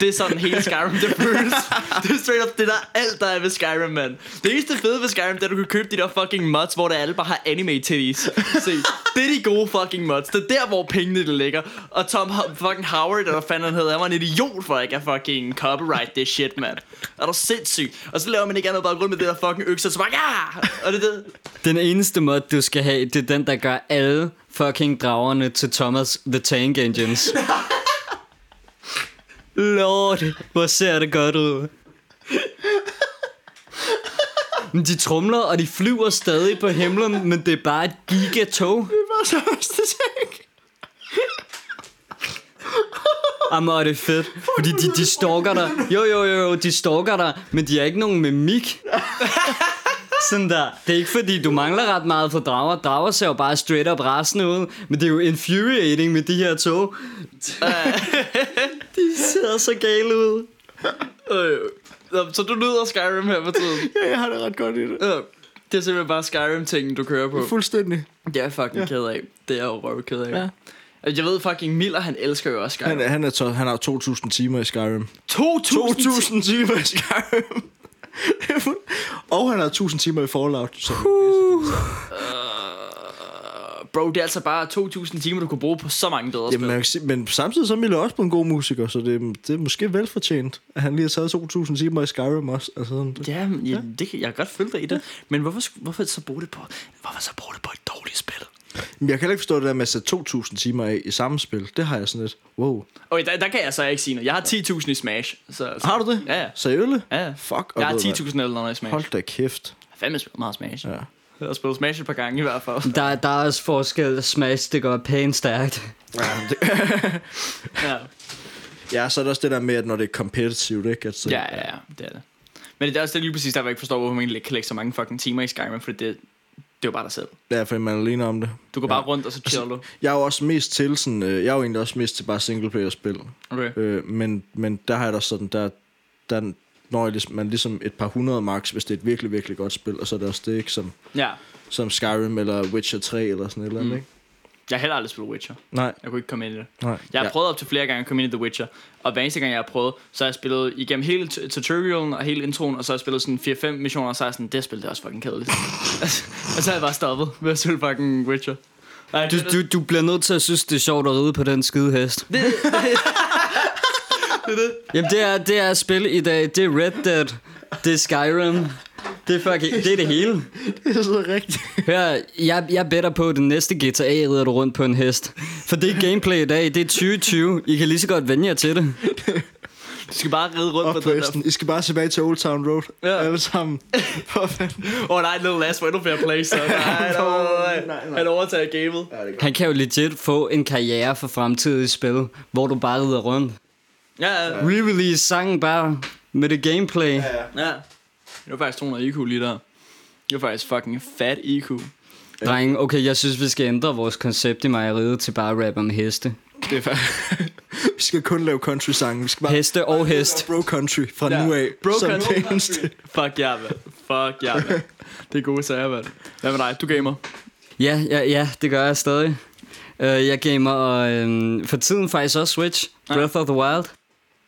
Det er sådan hele Skyrim, det føles. Det er straight up, det er der alt, der er ved Skyrim, mand. Det eneste fede ved Skyrim, det er, at du kan købe de der fucking mods, hvor der alle bare har anime titties. Se, det er de gode fucking mods. Det er der, hvor pengene det ligger. Og Tom Ho- fucking Howard, eller hvad fanden han hedder, han var en idiot for ikke at fucking copyright det shit, mand. Er du sindssyg? Og så laver man ikke andet bare rundt med det der fucking økser, så bare, ja! Og det er det. Den eneste mod, du skal have, det er den, der gør alle fucking dragerne til Thomas the Tank Engines. Lord, hvor ser det godt ud. Men de trumler, og de flyver stadig på himlen, men det er bare et gigatog. Det var så første ting. Jamen, og det er fedt, fordi de, de stalker dig. Jo, jo, jo, jo, de stalker dig, men de har ikke nogen mimik. Sådan der. Det er ikke fordi, du mangler ret meget for drager. Drager ser jo bare straight up rasende ud, men det er jo infuriating med de her tog. de ser så gale ud. Øh, nå, så du nyder Skyrim her på tiden. Ja, jeg har det ret godt i det. Øh, det er simpelthen bare Skyrim-tingen, du kører på. Fuldstændig. Det er jeg fucking ja. ked af. Det er jeg jo røv ked af. Ja. Ja. Jeg ved fucking, Miller, han elsker jo også Skyrim. Han, er- han, er to, han har 2.000 timer i Skyrim. 2000 2.000 timer i Skyrim. og han har 1.000 timer i Fallout. Så. Bro, det er altså bare 2000 timer, du kunne bruge på så mange bedre Jamen, spil. man kan sige, men samtidig så er Miller også på en god musiker, så det, det er måske velfortjent, at han lige har taget 2.000 timer i Skyrim også. Altså, sådan, det, Ja, men ja, det kan, jeg kan godt følge dig i det. Men hvorfor, sk- hvorfor så bruge det på, hvorfor så bruge det på et dårligt spil? Men jeg kan heller ikke forstå det der med at sætte 2.000 timer af i samme spil. Det har jeg sådan lidt, wow. Okay, der, der kan jeg så ikke sige noget. Jeg har 10.000 i Smash. Så, så. Har du det? Ja, ja. Seriølle? Ja, ja. Fuck. Jeg har og ved hvad? 10.000 eller noget i Smash. Hold. Hold da kæft. Fandme spillet meget Smash. Ja. Ja. Jeg har spillet Smash et par gange i hvert fald. Der, der er også forskel. Smash, det går pænt stærkt. Ja, ja, så er der også det der med, at når det er competitivt, ikke? Altså, ja, ja, ja det er det. Men det er også det lige præcis, der hvor jeg ikke forstår, hvorfor man egentlig kan lægge så mange fucking timer i Skyrim, for det, det er jo bare dig selv. Ja, fordi man er alene om det. Du går bare rundt, og så chiller du. Jeg er jo også mest til sådan, øh, jeg er jo egentlig også mest til bare singleplayer-spil. Okay. Øh, men, men der har jeg da sådan, der, der når jeg ligesom, man ligesom et par hundrede max, hvis det er et virkelig, virkelig godt spil, og så er det også det, ikke? Som, Ja. som Skyrim eller Witcher 3 eller sådan et eller andet, Mm. ikke? Jeg har heller aldrig spillet Witcher. Nej, Jeg kunne ikke komme ind i det. nej. Jeg har ja. prøvet op til flere gange at komme ind i The Witcher, og hver eneste gang, jeg har prøvet, så har jeg spillet igennem hele tu- tutorialen og hele introen, og så har jeg spillet sådan 4-5 missioner, og så har jeg sådan, det her spil, det er også fucking kedeligt. Altså, og så har jeg bare stoppet med at spille fucking Witcher. Ej, Du, det, det, du, du bliver nødt til at synes, det er sjovt at ride på den skide hest. Det, det, Jamen, det er, det er spil i dag. Det er Red Dead. Det er Skyrim. Det er, fucking, det, er det hele. Det er så rigtigt. Hør, jeg, jeg better på, at den næste GTA rider du rundt på en hest. For det er gameplay i dag. Det er 2020. I kan lige så godt vende jer til det. du skal bare ride rundt Og på den der. forresten, I skal bare tilbage til Old Town Road. Ja. Ja. Alle sammen. For fanden. Åh oh, nej, Little Last var endnu flere plays, så nej, nej, nej, Nej, nej. nej. Han overtager gamet. Han kan jo legit få en karriere for fremtidige spil, hvor du bare rider rundt. Ja, ja, Re-release sangen bare med det gameplay. ja. Det var faktisk 200 IQ lige der. Det var faktisk fucking fat IQ. Drenge, okay, jeg synes, vi skal ændre vores koncept i mejeriet til bare rap om heste. Det er faktisk... Vi skal kun lave country-sange. Vi skal bare... Heste og hest. Bro country fra Ja. ja. nu af. Bro som country. det eneste. Fuck ja, mand. Fuck ja, mand. Det er gode sager, mand. Hvad med dig? Du gamer. Ja, ja, ja, det gør jeg stadig. Øh, jeg gamer og, øh, for tiden faktisk også Switch. Breath of the Wild.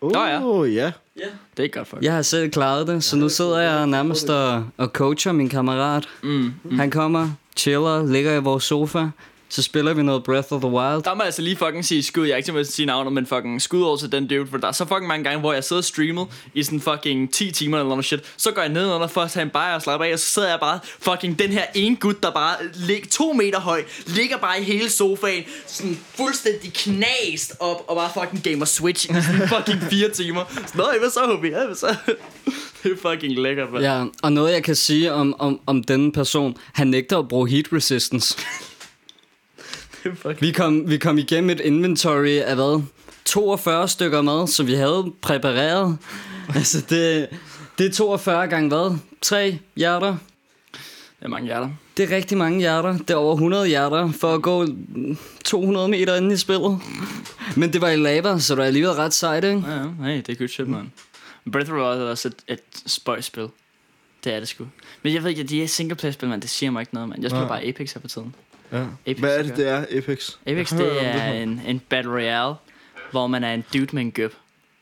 Åh, Nå, ja. oh, ja. Det er ikke godt for. Jeg har selv klaret det, så nu sidder jeg nærmest og, og coacher min kammerat. Mm. Han kommer, chiller, ligger i vores sofa, så spiller vi noget Breath of the Wild. Der må jeg altså lige fucking sige skud. Jeg er ikke til at sige navnet, men fucking skud over til den dude. For der er så fucking mange gange, hvor jeg sidder og streamet i sådan fucking 10 timer eller noget shit. Så går jeg nedenunder for at tage en bajer og slappe af, og så sidder jeg bare fucking den her ene gut, der bare ligger to meter høj, ligger bare i hele sofaen, sådan fuldstændig knast op og bare fucking gamer Switch i sådan fucking 4 timer. Så, Nå, hvad så, HB? Ja, Hvad så? Det er fucking lækkert, man. Ja, og noget jeg kan sige om, om, om denne person, han nægter at bruge heat resistance. Det er fucking... Vi kom, vi kom igennem et inventory af hvad? 42 stykker mad, som vi havde præpareret. Altså, det, det er 42 gange hvad? 3 hjerter. Det er mange hjerter. Det er rigtig mange hjerter. Det er over 100 hjerter for at gå 200 meter ind i spillet. Men det var i lava, så det var alligevel ret sejt, ikke? Ja, ja. hey, det er good shit, man. Breath of the Wild er også et, et spøjspil. Det er det sgu. Men jeg ved ikke, de her singleplayer-spil, man, det siger mig ikke noget, man. Jeg spiller Nej. bare Apex her på tiden. ja. Apex, Hvad er det, ja. det er, Apex? Apex, Jeg hører om det er her. en, en battle royale, hvor man er en dude med en gøb.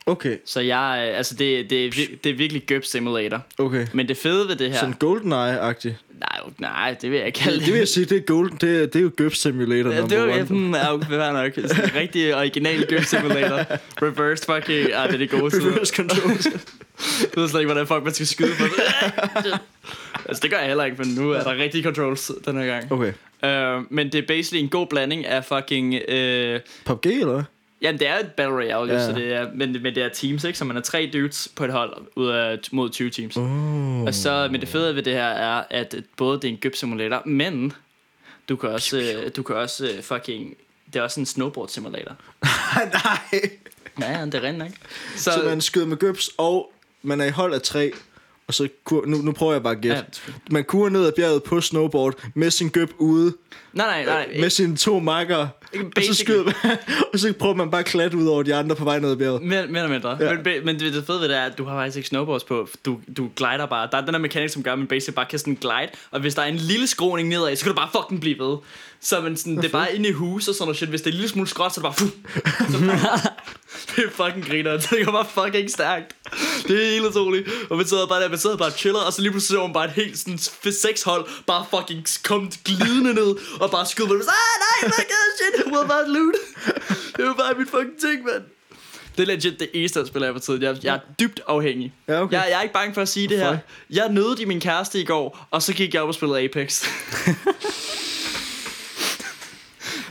Okay, Så jeg, øh, altså det, det, er, vir- det er virkelig gøb simulator. okay. Men det fede ved det her... Sådan GoldenEye-agtigt. Nej, jo, nej, det vil jeg ikke kalde Det vil jeg sige, det er Golden, det er, det er jo GUP Simulator Ja, det var number jo one. sådan, ja, okay, fair nok. Sådan en rigtig original gøb simulator. Reverse fucking... Ah, det er det gode side. Reverse control. Jeg ved slet ikke, hvordan fuck man skal skyde på det. altså, det gør jeg heller ikke, men nu er der rigtige controls den her gang. Okay. Uh, men det er basically en god blanding af fucking... Uh, PUBG, eller hvad? jamen, det er et battle royale, yeah. Ja. så det er, men, men det er teams, ikke? Så man er tre dudes på et hold ud af, mod 20 teams. Oh. Og så, men det fede ved det her er, at både det er en gypsimulator, men du kan også, øh, du kan også øh, fucking... Det er også en snowboard simulator. Nej. Ja, ja, det er rent nok. Så, Så, så man skyder med GUPS, og man er i hold af tre. Og så kur, nu, nu prøver jeg bare at gætte. ja. Ja. Man kurer ned ad bjerget på snowboard med sin gøb ude, Nej, nej, nej. nej. med sine to makker. Og så, Basically. skyder man, og så prøver man bare at klatte ud over de andre på vej ned ad bjerget. Mere, mere eller mindre. Ja. Ja. Men, be- men det det fede ved det er, at du har faktisk ikke snowboards på. Du, du glider bare. Der er den der mekanik, som gør, at man basically bare kan sådan glide. Og hvis der er en lille skråning nedad, så kan du bare fucking blive ved. Så man sådan, det er bare inde i hus og sådan noget shit. Hvis det er en lille smule skråt, så er det bare... Fuh, så det er fucking griner. Det går bare fucking stærkt. Det er helt utroligt. Og man sidder bare der, man sidder bare og chiller, og så lige pludselig ser man bare et helt sådan f- seks hold, bare fucking kom glidende ned, og bare skyder på det. Ah, nej, fuck, ah, shit, det var bare et loot. Det var bare mit fucking ting, mand. Det er legit det eneste, jeg spiller af for tiden. Jeg, jeg er dybt afhængig. Ja, okay. Jeg, jeg er ikke bange for at sige det her. Hvorfor? Jeg nødte i min kæreste i går, og så gik jeg op og spillede Apex.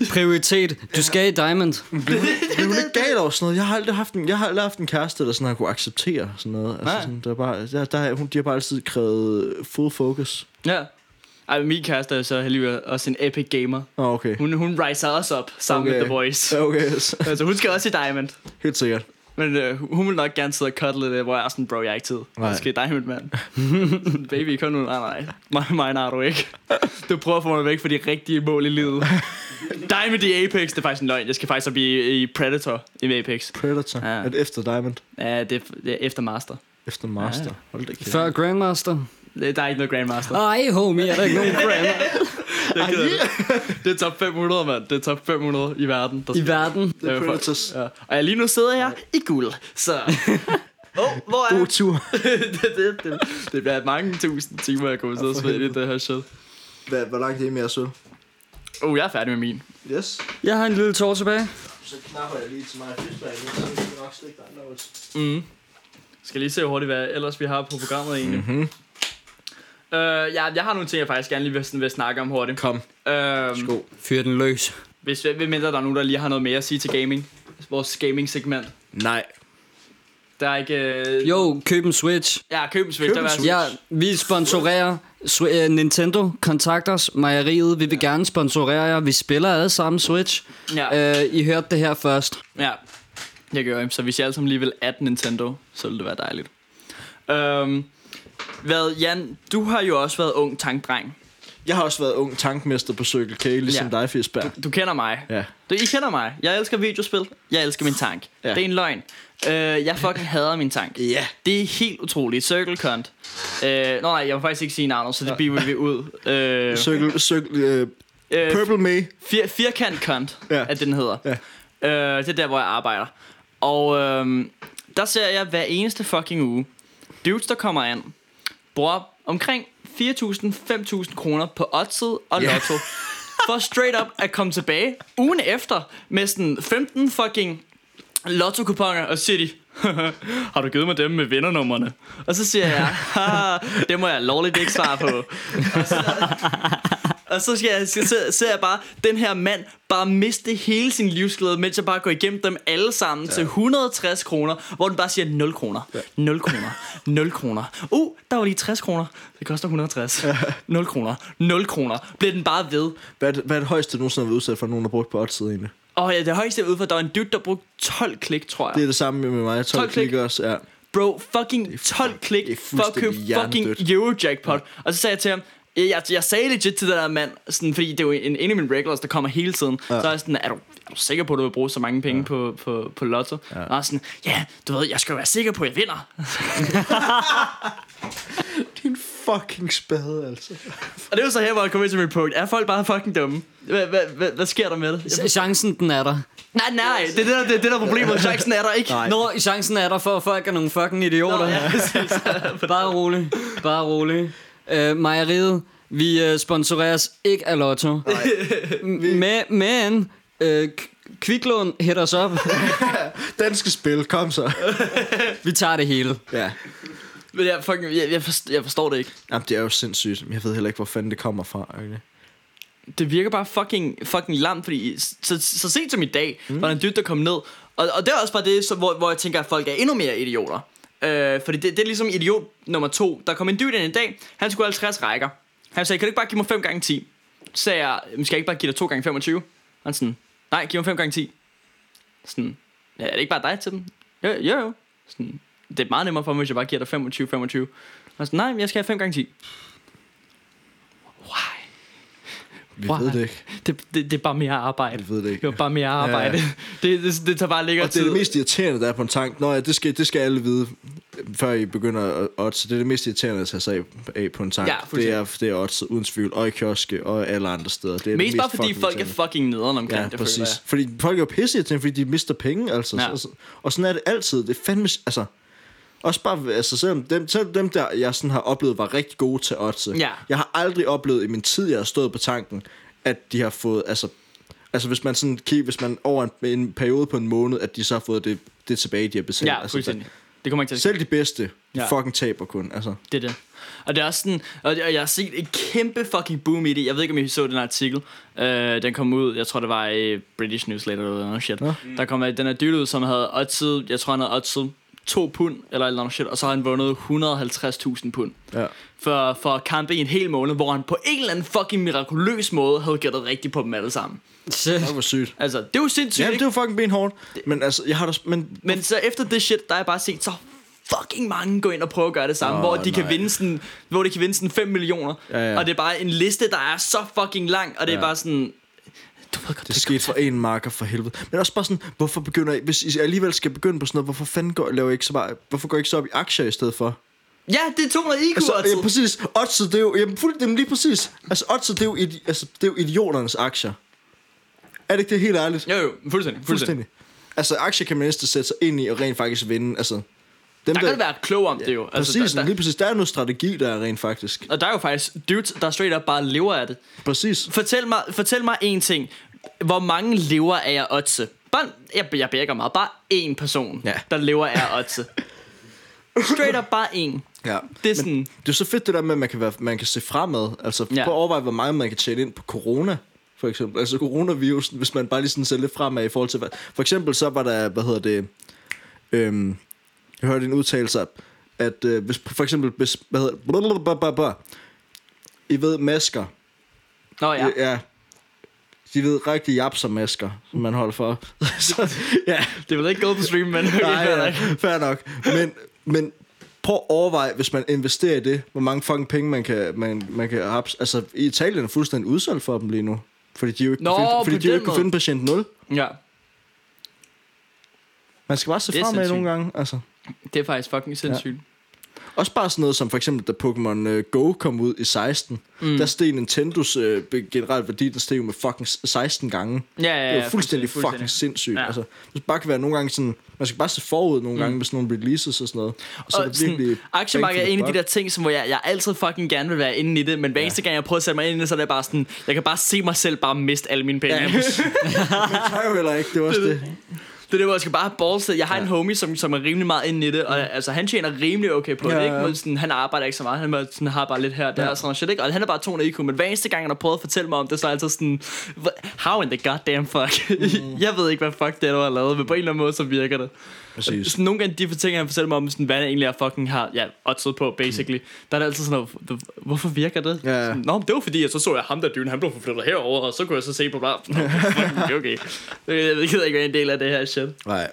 Prioritet. Du skal i Diamond. Det er jo lidt galt over sådan noget. Jeg har aldrig haft en, jeg har aldrig haft en kæreste, der sådan har kunne acceptere sådan noget. Altså, Nej. sådan, der er bare, der, der, er- hun, de har bare altid krævet full focus. ja. Ej, men min kæreste er så heldigvis også en epic gamer. Åh, oh, okay. Hun, hun riser også op sammen okay. Okay. med The Voice. Ja, okay. så- Altså, hun skal også i Diamond. Helt sikkert. Men øh, hun vil nok gerne sidde og cuddle det, hvor jeg er sådan, bro, jeg har ikke tid. Nej. Nej. Jeg skal i Diamond, mand. Sådan, Baby, kom nu. Nej, nej. Mig, mig har du ikke. Du prøver at få mig væk fra de rigtige mål i livet. Diamond i Apex, det er faktisk en løgn. Jeg skal faktisk op i, i Predator i Apex. Predator. Ja. Ja. At efter Diamond. Ja, det, er- det er efter Master. Efter Master. Ja. Ja. Hold da kæft. Før Grandmaster. Det- Der er ikke noget Grandmaster. Ej, homie, er der ikke nogen Grandmaster Det, gider jeg ikke. det er top 500, mand. Det er top 500 i verden. Der i verden? Det er Øh, for- Predators. Ja. Og jeg lige nu sidder jeg i guld, så... Åh, oh, hvor er God tur. det, det, det, det bliver mange tusind timer, jeg kommer til at for spille i det her shit. Hvad, hvor langt er I med jeres øl? Oh, jeg er færdig med min. Yes. Jeg har en lille tår tilbage. Så knapper jeg lige til mig fiskbag, så kan jeg nok stikke dig noget. Mm. Skal lige se, hvor hurtigt hvad ellers vi har på programmet egentlig. Mhm. Mm-hmm. Uh, ja, jeg har nogle ting, jeg faktisk gerne lige vil, sådan, vil snakke om hurtigt. Kom. Uh, Sko. Fyr den løs. hvis vi mindre der er nogen, der lige har noget mere at sige til gaming. Vores gaming-segment. Nej. Der er ikke... Uh... Jo, køb en Switch. Ja, køb en Switch. Køb der en var- Switch. Ja, Altså, vi sponsorerer Sw- øh, Nintendo. Kontakt os, mejeriet. Vi vil gerne sponsorere jer. Vi spiller alle sammen Switch. Ja, Øh, I hørte det her først. ja. Jeg gør Så hvis jeg alle sammen lige vil at Nintendo, så ville det være dejligt. Uh, hvad, Jan, du har jo også været ung tankdreng. Jeg har også været ung tankmester på Circle K, ligesom Ja. ja. dig, Fisberg. Du kender mig. Ja. Du, I kender mig. Jeg elsker videospil. Jeg elsker min tank. Ja. Ja. Det er en løgn. Øh, jeg fucking hader min tank. Ja. Det er helt utroligt. Circle Cunt. Øh, nå nej, jeg må faktisk ikke sige navnet, så det bliver vi ud. Øh, Circle, circle, øh, Øh, Purple May. fir, firkant kant, Ja. ja. at den hedder. Ja. Øh, det er der, hvor jeg arbejder. Og øh, der ser jeg hver eneste fucking uge, dudes, der kommer ind, bruger omkring 4.000-5.000 kroner på oddset og Ja. lotto. For straight up at komme tilbage ugen efter med sådan 15 fucking lotto kuponer og så siger de, har du givet mig dem med vindernummerne? Og så siger jeg, "Haha, det må jeg lovligt ikke svare på. Og så, skal jeg, så ser- ser jeg bare den her mand bare miste hele sin livsglæde, mens jeg bare går igennem dem alle sammen ja. til 160 kroner, hvor den bare siger 0 kroner, 0 kroner, 0 kroner. Uh, der var lige 60 kroner. Det koster 160. 0 kroner, 0 kroner. Bliver den bare ved. Hvad er, det, hvad er det højeste, du nogensinde har været udsat for, at nogen har brugt på oddset egentlig? Og ja, det højeste jeg var ude for, der var en dude, der brugte 12 klik, tror Det jeg. er det samme med mig. 12, 12 12 klik. klik. også, ja. Bro, fucking 12 det er klik for at købe fuldstændig fucking hjernedødt. Eurojackpot. Og så sagde jeg til ham, jeg, jeg, jeg sagde legit til den der mand, sådan, fordi det er jo en, en af mine regulars, der kommer hele tiden. Ja. Så er jeg sådan, er du, er du sikker på, at du vil bruge så mange penge ja. på, på, på lotto? Ja. Og jeg er sådan, ja, du ved, jeg skal jo være sikker på, at jeg vinder. Din fucking spade, altså. og det er jo så her, hvor jeg kommer ind til min punkt. Er folk bare fucking dumme? Hvad, hvad, hvad, hvad sker der med det? Jeg, Ch- Chancen den er der. nej, nej, det er det, der, det, er det der er problemet. Chancen er der ikke. Nej. Nå, chancen er der for, at folk er nogle fucking Nå, idioter. ja, præcis. Bare rolig, bare rolig. Øh, mejeriet, vi øh, sponsoreres ikke af Lotto. Men, men øh, K- Kviklån hit os op. Danske spil, kom så. Vi tager det hele. ja. Men jeg, fucking, jeg, jeg, forstår, jeg forstår det ikke. Jamen, det er jo sindssygt. Men Jeg ved heller ikke, hvor fanden det kommer fra. Egentlig. det virker bare fucking, fucking lamt, fordi så, så sent som i dag, mm. var der en dyt, der kom ned. Og, og det er også bare det, så, hvor, hvor jeg tænker, at folk er endnu mere idioter. Øh, fordi det, det er ligesom idiot nummer to. Der kom en dyt ind i dag, han skulle 50 rækker. Han sagde, kan du ikke bare give mig 5 gange 10? Så sagde jeg, "Men skal jeg ikke bare give dig 2 gange 25? Han sådan, nej, giv mig 5 gange 10. Sådan, ja, er det ikke bare dig til den? Jo, jo, jo. Sådan, det er meget nemmere for mig, hvis jeg bare giver dig 25, 25. Han sådan, nej, men jeg skal have 5 gange 10. Why? Vi Wow. ved det ikke. Det, det, det er bare mere arbejde. Vi ved det Det var ikke. bare mere arbejde. Ja, Ja. Det, det, det tager bare længere Og det er det tid. mest irriterende, der er på en tank. Nå ja, det skal, det skal alle vide, før I begynder at odds. Det er det mest irriterende at tage sig af, af på en tank. Ja, det fuldstændig. er, det er odds, uden tvivl. Og i kioske, og alle andre steder. Det er det Mest bare fordi fucking folk er irriterende. fucking nederen omkring Ja, det, føler præcis. jeg. Fordi folk er jo pisse irriterende, fordi de mister penge, altså. Ja. Ja. Så, og sådan er det altid. Det er fandme... Altså, også bare, altså selvom dem, selv dem der, jeg sådan har oplevet, var rigtig gode til oddse. Ja. Jeg har aldrig oplevet i min tid, jeg har stået på tanken, at de har fået, altså, altså hvis man sådan kigger, hvis man over en, en, periode på en måned, at de så har fået det, det tilbage, de har betalt. Ja, altså, fuldstændig. Det kommer ikke til at ske. Selv de bedste, de Ja. fucking taber kun, altså. Det er det. Og det er også sådan, og og jeg har set et kæmpe fucking boom i det. Jeg ved ikke, om I så den artikel. Øh, den kom ud, jeg tror, det var i British Newsletter eller noget shit. Nå. Der kom den her dyrt ud, som havde oddset, jeg tror, han havde oddset 2 pund eller et eller andet shit, og så har han vundet 150.000 pund. Ja. For, for at kampe i en hel måned, hvor han på en eller anden fucking mirakuløs måde havde gættet rigtigt på dem alle sammen. Shit. Det var sygt. Altså, det er jo sindssygt, Ja, ikke? det var fucking benhårdt. Men altså, jeg har da... Men Men så efter det shit, der har jeg bare set så fucking mange gå ind og prøve at gøre det samme, Åh, oh, hvor, de kan nej. vinde sådan, hvor de kan vinde sådan 5 millioner. Ja, ja. Og det er bare en liste, der er så fucking lang, og det Ja. er bare sådan... Du ved godt, Det skete for en marker for helvede. Men også bare sådan, hvorfor begynder I, hvis I alligevel skal begynde på sådan noget, hvorfor fanden går, laver I ikke så bare, hvorfor går I ikke så op i aktier i stedet for? Ja, det er 200 IQ Altså, ja, altså, præcis. Odds, det er jo, jamen, fuldt, jamen, lige præcis. Altså, odds, det er jo, idi- altså, det er jo idioternes aktier. Er det ikke det helt ærligt? Jo, jo, fuldstændig, fuldstændig. fuldstændig. Fuldstændig. Altså, aktier kan man næsten sætte sig ind i og rent faktisk vinde. Altså, dem Der kan være klog om det jo. Præcis, Altså, der, der, lige præcis. Der er noget strategi, der er rent faktisk. og der er jo faktisk dudes, der straight up bare lever af det. Præcis. Fortæl mig, fortæl mig en ting. Hvor mange lever af at otte? Bare, jeg, jeg bækker meget. Bare én person, Ja. ja. der lever af at otte. Straight up bare én. Ja. Det er sådan... Det er jo så fedt det der med, at man kan, være, man kan se fremad. Altså, ja. Ja. prøv at overveje, hvor meget man kan tjene ind på corona, for eksempel. Altså coronavirusen, hvis man bare lige sådan ser lidt fremad i forhold til... hvad- For eksempel så var der, hvad hedder det... Øhm, jeg hørte en udtalelse op, at øh, hvis, for eksempel, hvis, hvad hedder blablabla, I ved masker. øh, Nå ja. ja. De ved rigtig japser masker, som man holder for. så, ja, Det er vel ikke gået på stream, men okay, Nej, fair ja, nok. fair nok. Men, men prøv at overveje, hvis man investerer i det, hvor mange fucking penge man kan, man, man kan haps. Altså, i Italien er fuldstændig udsolgt for dem lige nu. Fordi de jo ikke, Nå, kunne, finde, på fordi de jo den ikke kunne måde. finde patient 0. ja. Man skal bare se Det er fremad sindssygt. nogle gange. Altså. Det er faktisk fucking sindssygt. Ja. Også bare sådan noget som for eksempel, da Pokémon øh, Go kom ud i 16, mm. der steg Nintendos øh, generelt værdi, den steg jo med fucking 16 gange. Ja, ja, ja, det fuldstændig, var fuldstændig, fuldstændig fucking fuldstændig. sindssygt. Ja. Ja. Mm. Altså, det bare kan være nogle gange sådan, man skal bare se forud nogle gange med sådan nogle releases og sådan noget. Og så er Og det virkelig... sådan, aktiemarkedet er bang en for af de der ting, som, hvor jeg, jeg altid fucking gerne vil være inde i det, men hver eneste gang, jeg prøver at sætte mig ind i det, så er det bare sådan, jeg kan bare se mig selv bare miste alle mine penge. Ja. Ja. buck. Men det er jo heller ikke, det var også det. Det er det, hvor jeg skal bare have ballsted. Jeg har ja. en homie, som, som er rimelig meget inde i det, og altså, han tjener rimelig okay på ja, Ja, det. Ikke? ja. Men sådan, han arbejder ikke så meget, han bare sådan, har bare lidt her og der ja. og sådan noget shit. Ikke? Og han er bare 200 IQ, men hver eneste gang, han har prøvet at fortælle mig om det, så er jeg altid sådan, "Hva- how in the goddamn fuck? jeg ved ikke, hvad fuck det er, du har lavet, men på en eller anden måde, så virker det. Præcis. Sådan nogle gange de ting, han fortæller mig om, sådan, hvad det egentlig er, fucking har ja, oddset på, basically. Der er det altid sådan noget, "Hv- hvorfor virker det? Ja. Sådan, Nå, men det var fordi, jeg så så jeg ham der dyne, han blev forflyttet herover, og så kunne jeg så se på bare, "Nå, okay, okay. Jeg ved ikke, være en del af det her shit. Nej.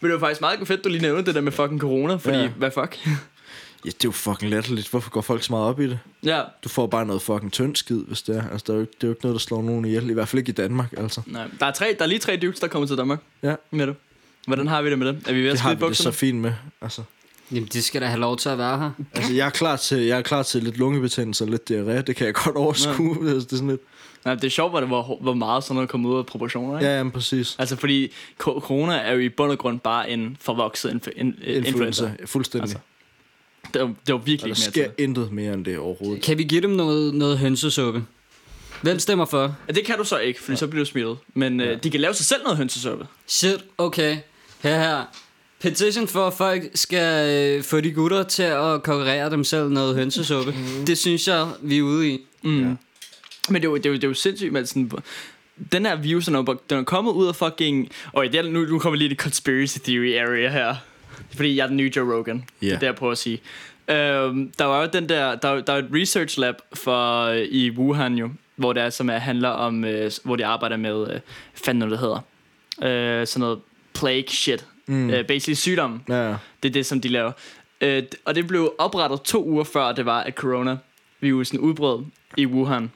Men det var faktisk meget fedt, du lige nævnte det der med fucking corona, fordi Ja. ja. hvad fuck? Ja, det er jo fucking latterligt. Hvorfor går folk så meget op i det? ja, Du får bare noget fucking tynd skid, hvis det er. Altså, der er jo ikke, det er jo ikke noget, der slår nogen ihjel. I hvert fald ikke i Danmark, altså. nej. Der er, tre, der er lige tre dudes, der kommer til Danmark Ja, med det. Hvordan har vi det med det? Er vi ved at det har skide vi det så bukserne? fint med. Altså, Jamen, de skal da have lov til at være her. altså jeg, er klar til, jeg er klar til lidt lungebetændelse og lidt diarré. Det kan jeg godt overskue. Ja. Det er sådan lidt. Nej, det er sjovt, hvor, det- hvor, hvor meget sådan noget kommer ud af proportioner, ikke? Ja, jamen, præcis. Altså fordi ko- corona er jo i bund og grund bare en forvokset inf- in- influenza. Influenza. Fuldstændig. Altså, Altså, Det var, det var og virkelig ikke der mere til sker det. intet mere end det overhovedet. Kan vi give dem noget, noget hønsesuppe? Hvem stemmer for? Ja, det kan du så ikke, for så bliver du smittet. Men ja. øh, de kan lave sig selv noget hønsesuppe. Shit, okay. Her, her. Petition for, at folk skal øh, få de gutter til at konkurrere dem selv noget hønsesuppe. Det synes jeg, vi er ude i. Mm. Ja. Ja. Men det er, jo, det, er jo, det er jo sindssygt, men sådan, hvor- den her virus, den er, jo- den er kommet ud af fucking... Og det er, nu, nu kommer lige det conspiracy theory area her. Fordi jeg er den nye Joe Rogan. Ja. Det er det, jeg prøver at sige. Øhm, der var jo den der... Der, der er et research lab for, øh, i Wuhan jo, hvor det er, som er, handler om... Øh, hvor de arbejder med... Øh, fanden nu det hedder. Øh, sådan noget plague shit. Mm. Mm. Øh, basically sygdomme. Ja, Det er det, som de laver. Øh, d- og det blev oprettet to uger før, det var, at coronavirusen udbrød i Wuhan.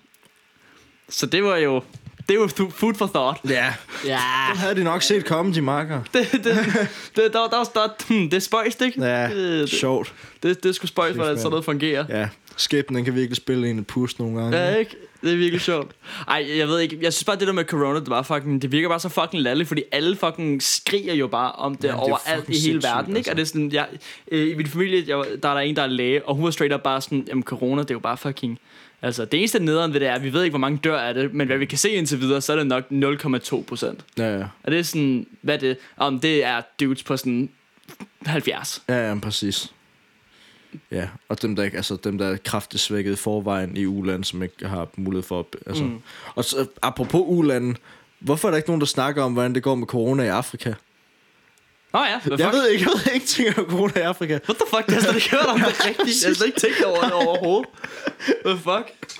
Så det var jo... Det var food for thought. ja. Ja. Det havde de nok set komme, de marker. Det, det, det, der, var- der, var sådan, der, hmm, det er spøjst, ikke? Ja, det, det, sjovt. det, det er sgu spøjst, hvordan sådan noget fungerer. Ja, skæbnen den kan virkelig spille en et pus nogle gange. Ja, ikke? Det er virkelig sjovt. Ej, jeg ved ikke. Jeg synes bare, det der med corona, det, var fucking, det virker bare så fucking lalligt, fordi alle fucking skriger jo bare om det, Jamen, det er overalt fucking i hele sindssygt, verden, ikke? altså. Og det er sådan, jeg, øh, i min familie, jeg, var- der er der en, der er læge, og hun var straight up bare sådan, jamen corona, det er jo bare fucking... Altså, det eneste nederen ved det er, at vi ved ikke, hvor mange dør af det, men hvad vi kan se indtil videre, så er det nok 0,2 procent. Ja, ja. Og det er sådan, hvad er det... Om det er dudes på sådan 70. Ja, ja, præcis. Ja, og dem der, ikke, altså, dem, der er kraftigt svækket i forvejen i uland, som ikke har mulighed for at... Altså. Mm. Og så, apropos ulanden, hvorfor er der ikke nogen, der snakker om, hvordan det går med corona i Afrika? Nå ja, hvad Jeg fuck? ved ikke, jeg ved ikke ting om corona i Afrika. What the fuck? Jeg har slet ikke hørt om det rigtigt. Jeg har slet ikke tænkt over det overhovedet. Hvad fuck?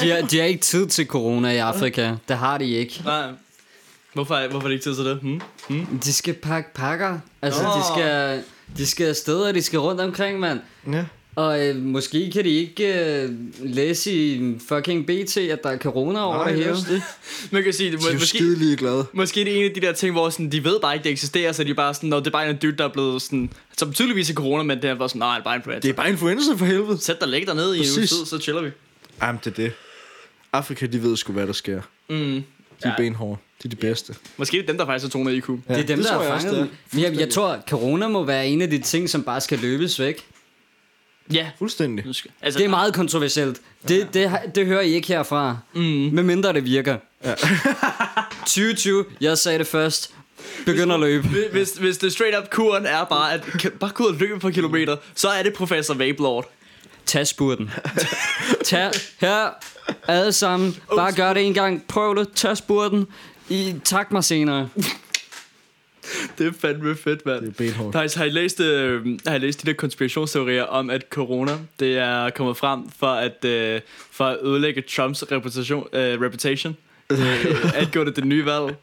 De har, de har ikke tid til corona i Afrika. Det har de ikke. Nej. Hvorfor, er- hvorfor er det ikke tid til det? Hmm? De skal pakke pakker. Altså, Nå. de skal, de skal afsted, og de skal rundt omkring, mand. Ja. Og øh, måske kan de ikke øh, læse i fucking BT, at der er corona over Nej, det hele. det er Man kan sige, det, De er må, jo måske, skide ligeglade. måske er det en af de der ting, hvor sådan, de ved bare ikke, det eksisterer, så de er bare sådan, når det er bare en dude, der er blevet sådan, som tydeligvis er corona, men det er bare sådan, nej, det er bare influenza. Det er bare influenza for helvede. Sæt dig læg dig ned i en uge Præcis. tid, så chiller vi. Jamen, det er det. Afrika, de ved sgu, hvad der sker. Mm. De er Ja. benhårde. De er de bedste. Måske er det dem, der faktisk er 200 IQ. Ja, det er dem, det det der tror er jeg også, fanget. det er. dem. Men jeg, jeg Fuldstændig. tror, corona må være en af de ting, som bare skal løbes væk. Ja. Fuldstændig. Nu skal- Altså, Det er meget kontroversielt. Det, det, det, hører I ikke herfra. Mm. Med mindre det virker. Ja. 2020, jeg sagde det først. Begynder at løbe. Hvis- Hvis, hvis det straight up kuren er bare at kan, bare gå ud og løbe på kilometer, så er det professor Vape Lord. Tag spurten. Tag her alle sammen. Bare gør det en gang. Prøv det. Tag spurten. I, tak mig senere. Det er fandme fedt, mand. Det er benhårdt. Thijs, har I læst, øh, har I læst de der konspirationsteorier om, at corona det er kommet frem for at, øh, for at ødelægge Trumps reputation, øh, reputation øh, at gå til det nye valg?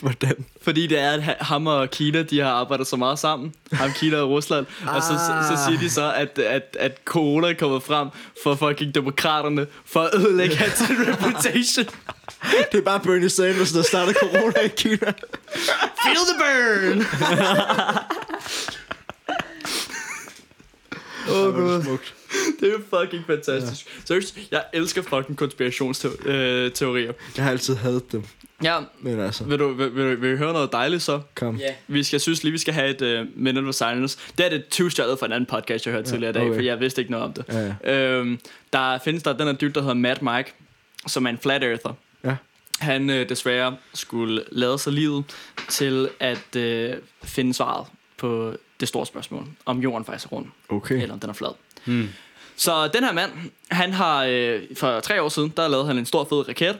Hvordan? Fordi det er, at ha- ham og Kina, de har arbejdet så meget sammen. Ham, Kina og Rusland. Og så, så, så siger de så, at, at, at corona er kommet frem for fucking demokraterne for at ødelægge hans reputation. Det er bare Bernie Sanders, der starter corona i Kina. Feel the burn! Åh, Åh, hvor er Gud. det smukt. Det er jo fucking fantastisk. Ja. Seriøst, jeg elsker fucking konspirationsteorier. Øh, Jeg har altid hadet dem. Ja, Men altså, vil du, vil, vil, du- vil du høre noget dejligt så? kom. Ja. Vi skal, jeg synes lige, vi skal have et uh, Minute of Silence. Det er det tyvstjålet fra en anden podcast, jeg hørte ja, tidligere i dag, okay. for jeg vidste ikke noget om det. Ja, ja. Øhm, der findes der den her dude, der hedder Matt Mike, som er en flat earther. Ja. Han øh, desværre skulle lade sig livet til at øh, finde svaret på det store spørgsmål, om jorden faktisk er rund, Okay. Hmm. eller om den er flad. Mm. Så den her mand, han har øh, for tre år siden, der lavede han en stor fed raket.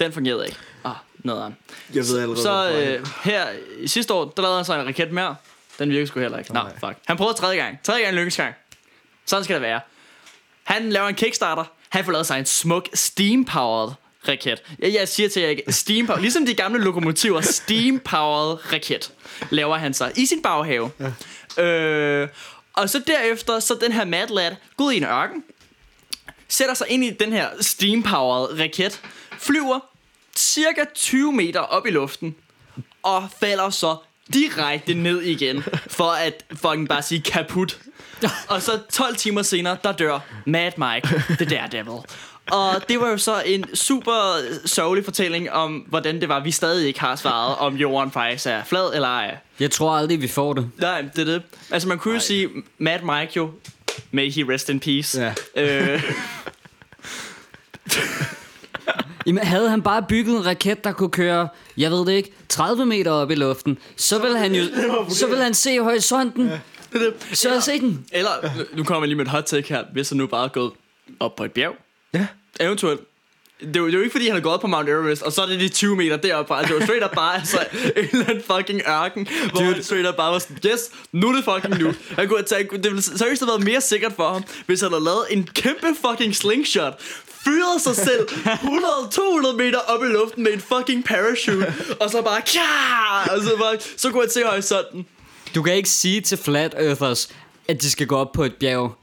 Den fungerede ikke. Ah, noget andet. Jeg ved allerede, Så hvorfor jeg- øh, her i sidste år, der lavede han så en raket mere. Den virkede sgu heller ikke. Nå, Nej. fuck. Han prøvede tredje gang. Tredje gang lykkes gang. Sådan skal det være. Han laver en kickstarter. Han får lavet sig en smuk steam-powered raket. Jeg, jeg siger til jer ikke, steam power, ligesom de gamle lokomotiver, steam-powered raket, laver han sig i sin baghave. Ja. Øh, og så derefter, så den her mad lad, går ud i en ørken, sætter sig ind i den her steam-powered raket, flyver cirka 20 meter op i luften, og falder så direkte ned igen, for at fucking bare sige kaput. Og så 12 timer senere, der dør Mad Mike, The Daredevil. Og det var jo så en super sørgelig fortælling om, hvordan det var, vi stadig ikke har svaret, om jorden faktisk er flad eller ej. Jeg tror aldrig, vi får det. Nej, det er det. Altså, man kunne jo sige, Mad Mike jo, may he rest in peace. Ja. Ja. Øh, Jamen, havde han bare bygget en raket, der kunne køre, jeg ved det ikke, 30 meter op i luften, så ville han jo så ville han se horisonten. Så har jeg set den. Eller, nu- nu kommer jeg lige med et hot take her, hvis han nu bare er gået op på et bjerg. Ja. Eventuelt. Det er, jo, det er jo ikke fordi han er gået op på Mount Everest Og så er det de 20 meter deroppe fra. Altså, Det var straight up bare altså, En eller anden fucking ørken Hvor Dude. han straight up bare var sådan Yes, nu er det fucking nu han kunne, have taget, Det ville seriøst have været mere sikkert for ham Hvis han havde lavet en kæmpe fucking slingshot Fyret sig selv 100-200 meter op i luften Med en fucking parachute Og så bare Kja! Og så, bare, så kunne han se horisonten Du kan ikke sige til flat earthers, at de skal gå op på et bjerg.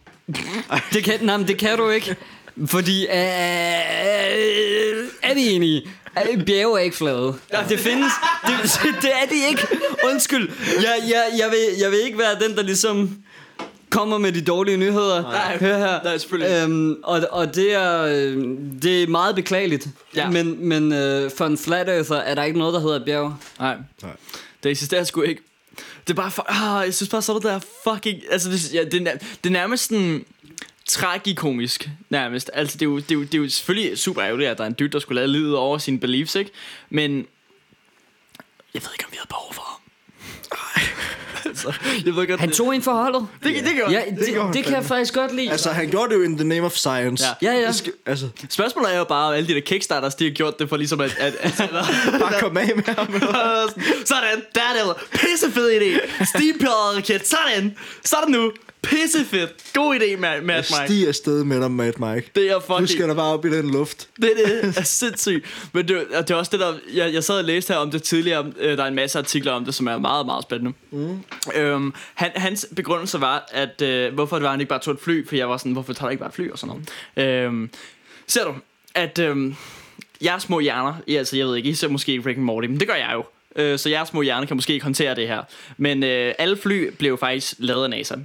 Det kan, nej, men det kan du ikke. Fordi, øh, er de enige? Øh, Bjerge er ikke flade. Det findes. Det, det er de ikke. Undskyld. Jeg, jeg, jeg, vil, jeg vil ikke være den, der ligesom kommer med de dårlige nyheder. Nej. Hør her. Nej, selvfølgelig ikke. Øhm, og, og det er øh, det er meget beklageligt. Ja. Men, men øh, for en flat earther er der ikke noget, der hedder et bjerg. Nej. Nej. Det eksisterer sgu ikke. Det er bare for, ah, jeg synes bare sådan noget der er fucking, altså det, ja, det, er nær- det er nærmest sådan tragikomisk nærmest. Altså det er, jo, det, er jo, det er jo selvfølgelig super ærgerligt, at der er en dyt, der skulle lade livet over sine beliefs, ikke? Men jeg ved ikke, om vi havde behov for ham. Ej. altså, jeg ved godt, Han det- tog en for holdet. det, det, det gør ja. Ja, det, gjorde han det, det kan jeg fandme. faktisk godt lide. Altså, han gjorde det jo in the name of science. Ja. Ja, ja. Det skal- altså, Spørgsmålet er jo bare, om alle de der kickstarters, de har gjort det for ligesom at... at, at, at bare kom af med ham. sådan, der er det. Pissefed idé. Steampillet raket, sådan. Sådan nu. Pissefedt. God idé, Matt, Jeg Matt Mike. stiger afsted med dig, Mad Mike. Det er Du fucking... skal da bare op i den luft. Det, det er sindssygt. Men det, og det er også det, der... Jeg, jeg sad og læste her om det tidligere. Øh, Der er en masse artikler om det, som er meget, meget spændende. Mm. Øhm, han, hans begrundelse var, at øh, hvorfor det var, han ikke bare tog et fly. For jeg var sådan, hvorfor tager du ikke bare et fly og sådan noget. Øhm, ser du, at... Øhm, jeres små hjerner, ja, altså jeg ved ikke, I ser måske ikke Rick and Morty, men det gør jeg jo. Øh, så jeres små hjerner kan måske ikke håndtere det her. Men øh, alle fly blev faktisk lavet af NASA.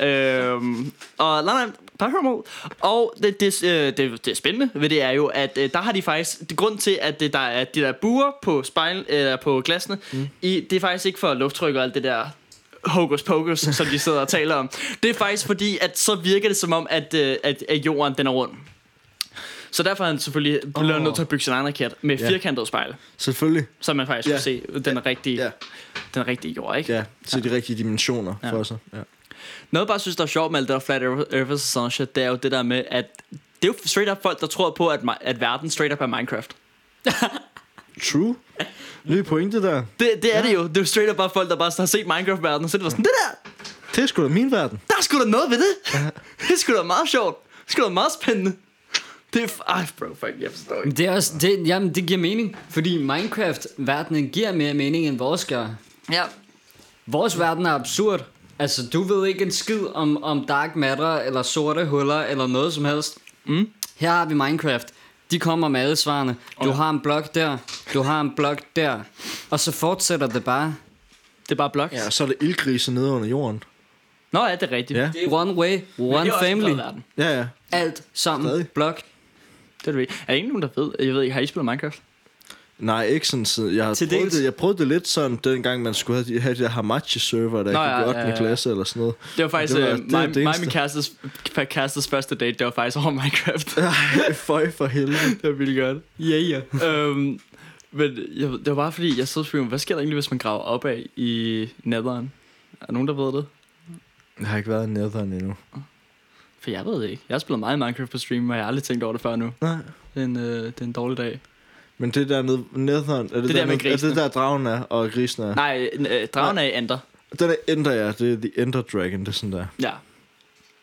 øhm, og nej, nej, bare hør mig ud. Og det, det, øh, det, det spændende ved det er jo, at øh, der har de faktisk, det grund til, at det, der er de der buer på, spejl, øh, på glasene, mm. i, det er faktisk ikke for lufttryk og alt det der hokus pokus, som de sidder og taler om. Det er faktisk fordi, at så virker det som om, at, øh, at, at jorden den er rund. Så derfor er han selvfølgelig oh. Åh. nødt til at bygge sin egen raket med Ja. firkantet spejl, Selvfølgelig. så man faktisk Ja. kan se den rigtige, Ja. den rigtige jord, ikke? Ja, til de rigtige dimensioner Ja. for sig. Ja. Noget jeg bare synes, der er sjovt med alt det der flat earthers og sådan noget shit, det er jo det der med, at det er jo straight up folk, der tror på, at, mi- at verden straight up er Minecraft. True. Lige pointe der. Det, det er det jo. Det er jo straight up bare folk, der bare har set Minecraft-verdenen, og så er det bare sådan, det der, Det er sgu da min verden. der er sgu da noget ved det. Det er sgu da meget sjovt. Det er sgu da meget spændende. Det er, f- ej, bro, fuck, jeg forstår ikke. Men Det, er også, det, jamen, det giver mening, fordi Minecraft-verdenen giver mere mening end vores gør. Ja, Vores verden er absurd. Altså, du ved ikke en skid om, om dark matter, eller sorte huller, eller noget som helst. Mm. Her har vi Minecraft. De kommer med alle svarene. Du har en blok der, du har en blok der. Og så fortsætter det bare. det er bare blok. Ja, og så er det ildgrise nede under jorden. Nå, ja, det er rigtigt. Ja. One way, Men one det er også en family. flad verden. Ja, ja. Alt sammen. Stadig. Blok. Det er det vigtigt. Er der ingen nogen, der ved? Jeg ved ikke, har I spillet Minecraft? Nej, ikke sådan siden. Jeg, har Til prøvet dels. det, jeg prøvede det lidt sådan, dengang man skulle have de, have de der Hamachi-server, der Nå, ikke ja, gik 8. ja, ja. klasse eller sådan noget. Det var faktisk, Det det var, var- det er mig, det mig og min eneste. kærestes, kærestes første date, det var faktisk over Minecraft. Ej, føj for helvede. det var vildt godt. Ja, ja. øhm, men jeg, det var bare fordi, jeg sad og spurgte, hvad sker der egentlig, hvis man graver opad i netheren? Er der nogen, der ved det? Jeg har ikke været i Netheren endnu. For jeg ved det ikke. Jeg har spillet meget Minecraft på stream, og jeg har aldrig tænkt over det før nu. Nej. Det er en, øh, det er en dårlig dag. Men det der ned, Netheren, er det, der der, med ned- er grisene. det der dragen er og grisen er? Nej, øh, dragen er i Ender. Den er Ender, ja. Det er The Ender Dragon, det er sådan der. Ja.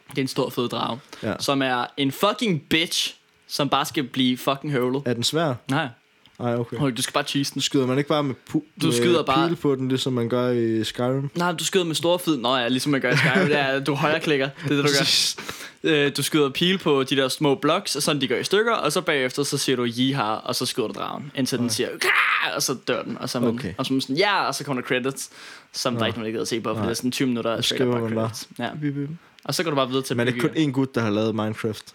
Det er en stor fed drage. Ja. Som er en fucking bitch, som bare skal blive fucking høvlet. Er den svær? Nej, Ej, okay. hold, du skal bare cheese den. Nu skyder man ikke bare med, pu- Du med skyder bare- pile på den, ligesom man gør i Skyrim. Nej, du skyder med store fid. Nå ja, ligesom man gør i Skyrim, det er, at du højreklikker. Det er det, du gør. Øh, Du skyder pile på de der små blocks, og sådan de går i stykker, og så bagefter så siger du jihar, og så skyder du dragen, indtil den siger, "Grrr!" og så dør den, og så, er man, Okay. og så er man sådan, ja, og så kommer der credits, som der ikke er nogen, der gider at se på, for Nej. det er sådan 20 minutter af straight skriver up bare man bare. credits. Ja. Og så går du bare videre til at Men det er bygge kun én gut, der har lavet Øh, Minecraft.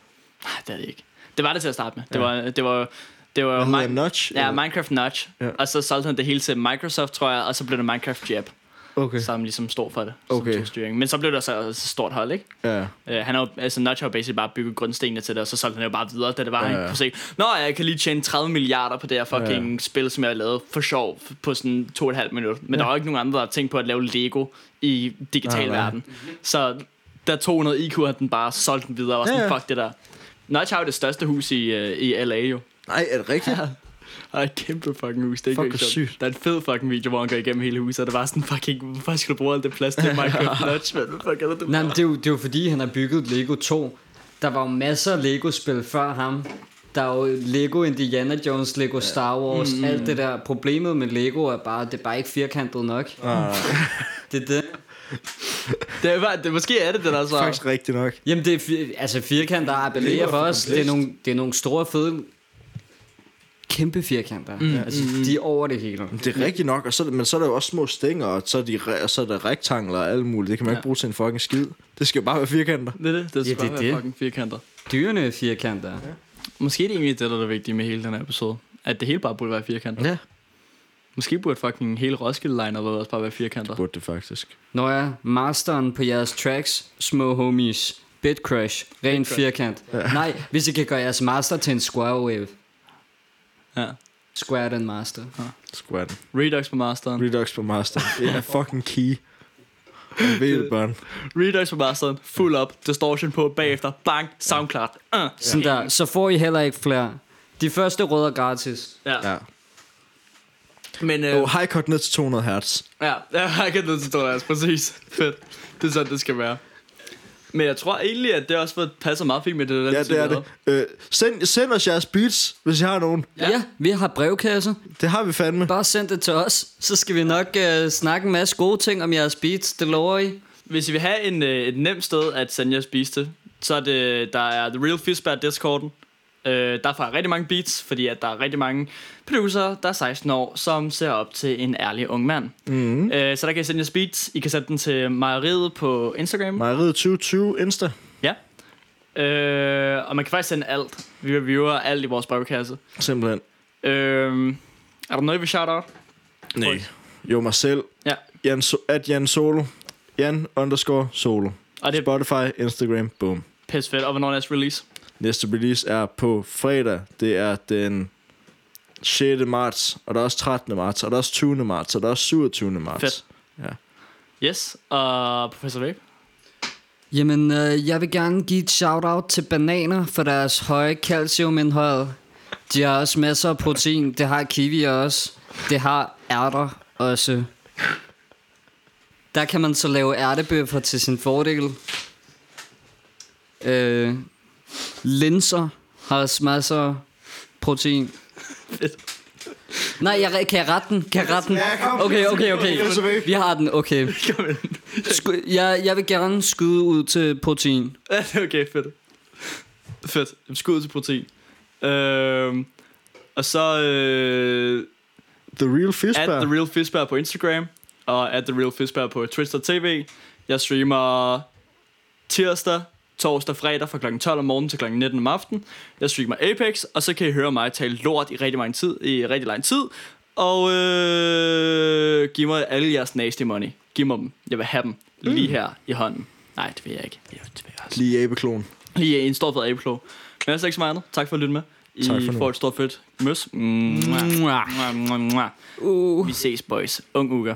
Nej, det er det ikke. Det var det til at starte med. Det Ja. var, det var, det var Hvad Mi- hedder han? Notch? Ja, Eller- Minecraft Nudge. Ja. Ja. Og så solgte han det hele til Microsoft, tror jeg, og så blev det Minecraft Jab, Okay. okay. som ligesom står for det. Okay. Som tog styring. Men så blev det så et stort hold, ikke? Ja. Øh, han har, jo- altså, Nudge har jo basically bare bygget grundstenene til det, og så solgte han jo bare videre, da det var, Ja, ja, ja. han kunne se, Nå, jeg kan lige tjene 30 milliarder på det her fucking Ja, ja, spil, som jeg har lavet for sjov på sådan to og et halvt minut. Men ja. der var jo ikke nogen andre, der har tænkt på at lave Lego i digital Nej, ja, nej. verden. Så der 200 IQ har den bare solgt den videre, og var sådan, Ja, ja, ja. ja. fuck det der. Nudge har jo det største hus i, øh, i LA jo. Nej, er det rigtigt? Og et kæmpe fucking hus, det er ikke Fuck, engang hvor sjovt. sygt. Der er en fed fucking video, hvor han går igennem hele huset, og det var sådan fucking, hvorfor skal du bruge alt det plads til Minecraft Nudge, man? Hvad fuck er det, du Nej, men det er, jo, det er jo fordi, han har bygget Lego 2. Der var jo masser af Lego-spil før ham. Der er jo Lego Indiana Jones, Lego Star Wars, mm, alt det der. Problemet med Lego er bare, det er bare ikke firkantet nok. Ah, Det er det. Det er, bare- det, måske er det det der så. faktisk rigtigt nok. Jamen, det er fir- altså firkanter Lego appellerer er for for os. Det er, komplekst. nogle, det er nogle store, fede, kæmpe firkanter. Mm, altså, de er over det hele. Det er rigtigt nok, og så, men så er der jo også små stænger, og så er, de, re- og så er der rektangler og alt muligt. Det kan man ja. ikke bruge til en fucking skid. Det skal jo bare være firkanter. Det er det. Det Ja, skal det er bare være det. fucking firkanter. Dyrene er firkanter. Måske er det egentlig det, der er det vigtige med hele den her episode. At det hele bare burde være firkanter. Ja. Måske burde fucking hele roskilde line også bare være firkanter. Burde det faktisk. Når jeg masteren på jeres tracks, små homies, Bitcrush, ren firkant. Ja. Nej, hvis I kan gøre jeres master til en square wave. Ja. Square den master. Squat. Redux på masteren. Redux på master. Det er fucking key. Ved børn. Redux på masteren. Fuld op. Distortion på. Bagefter. Bang. Soundcloud. Uh. Ja. Sådan der, så får I heller ikke flere. De første rødder gratis. ja. Ja. Men øh, Jo, high cut ned til 200 hertz. Ja, jeg har ikke noget til Donuts, altså. præcis. Fedt. Det er sådan, det skal være. Men jeg tror egentlig, at det også var- passer meget fint med det der. Ja, det er det. Øh, send, send os jeres beats, hvis I har nogen. Ja, ja vi har brevkasse. Det har vi fandme. Bare send det til os, så skal vi nok øh, snakke en masse gode ting om jeres beats, det lover I. Hvis I vil have en, øh, et nemt sted at sende jeres beats til, så er det, der er The Real Fish Bear Discorden. Øh, der er faktisk rigtig mange beats, fordi at der er rigtig mange producer, der er 16 år, som ser op til en ærlig ung mand. Mm-hmm. Øh, så der kan I sende jeres beats. I kan sende den til mejeriet på Instagram. Mejeriet 2020 Insta. ja. Øh, og man kan faktisk sende alt. Vi reviewer alt i vores brevkasse. Simpelthen. Øhm, er der noget, vi shout out? Nej. Jo, mig selv. Ja. Jan, So- at Jan Solo. Jan underscore Solo. Og det er Spotify, Instagram, boom. pisse fedt. Og hvornår er jeres release? Næste release er på fredag. Det er den 6. marts, og der er også 13. marts, og der er også 20. marts, og der er også 27. marts. Fedt. Yes. Og Professor Vape? Jamen, øh, jeg vil gerne give et shout-out til bananer for deres høje calciumindhold. De har også masser af protein. Det har kiwi også. Det har ærter også. Der kan man så lave ærtebøffer til sin fordel. Øh, linser har også masser af protein. Nej, jeg, kan jeg rette den? Kan jeg rette den? Okay, okay, okay. Vi har den, okay. Sku- jeg, jeg vil gerne skyde ud til protein. Ja, det er okay, fedt. Fedt. Skud til protein. Øhm, og så øh, The Real at Fishbar. The Real Fishbar på Instagram. og at The Real Fishbear på Twitch og TV. Jeg streamer tirsdag, torsdag, fredag fra kl. 12 om morgenen til kl. 19 om aftenen. Jeg streamer Apex, og så kan I høre mig tale lort i rigtig, meget tid, i rigtig lang tid. Og øh, giv mig alle jeres nasty money. Giv mig dem. Jeg vil have dem lige her i hånden. Nej, det vil jeg ikke. Jo, Det vil jeg også. Lige abeklon. Lige øh, en stor fed abeklo. Men ellers er ikke så meget andet. Tak for at lytte med. I Tak for nu. får et stort fedt møs. Mwah. Mwah, mwah, mwah. Uh. Vi ses, boys. Ung Uga.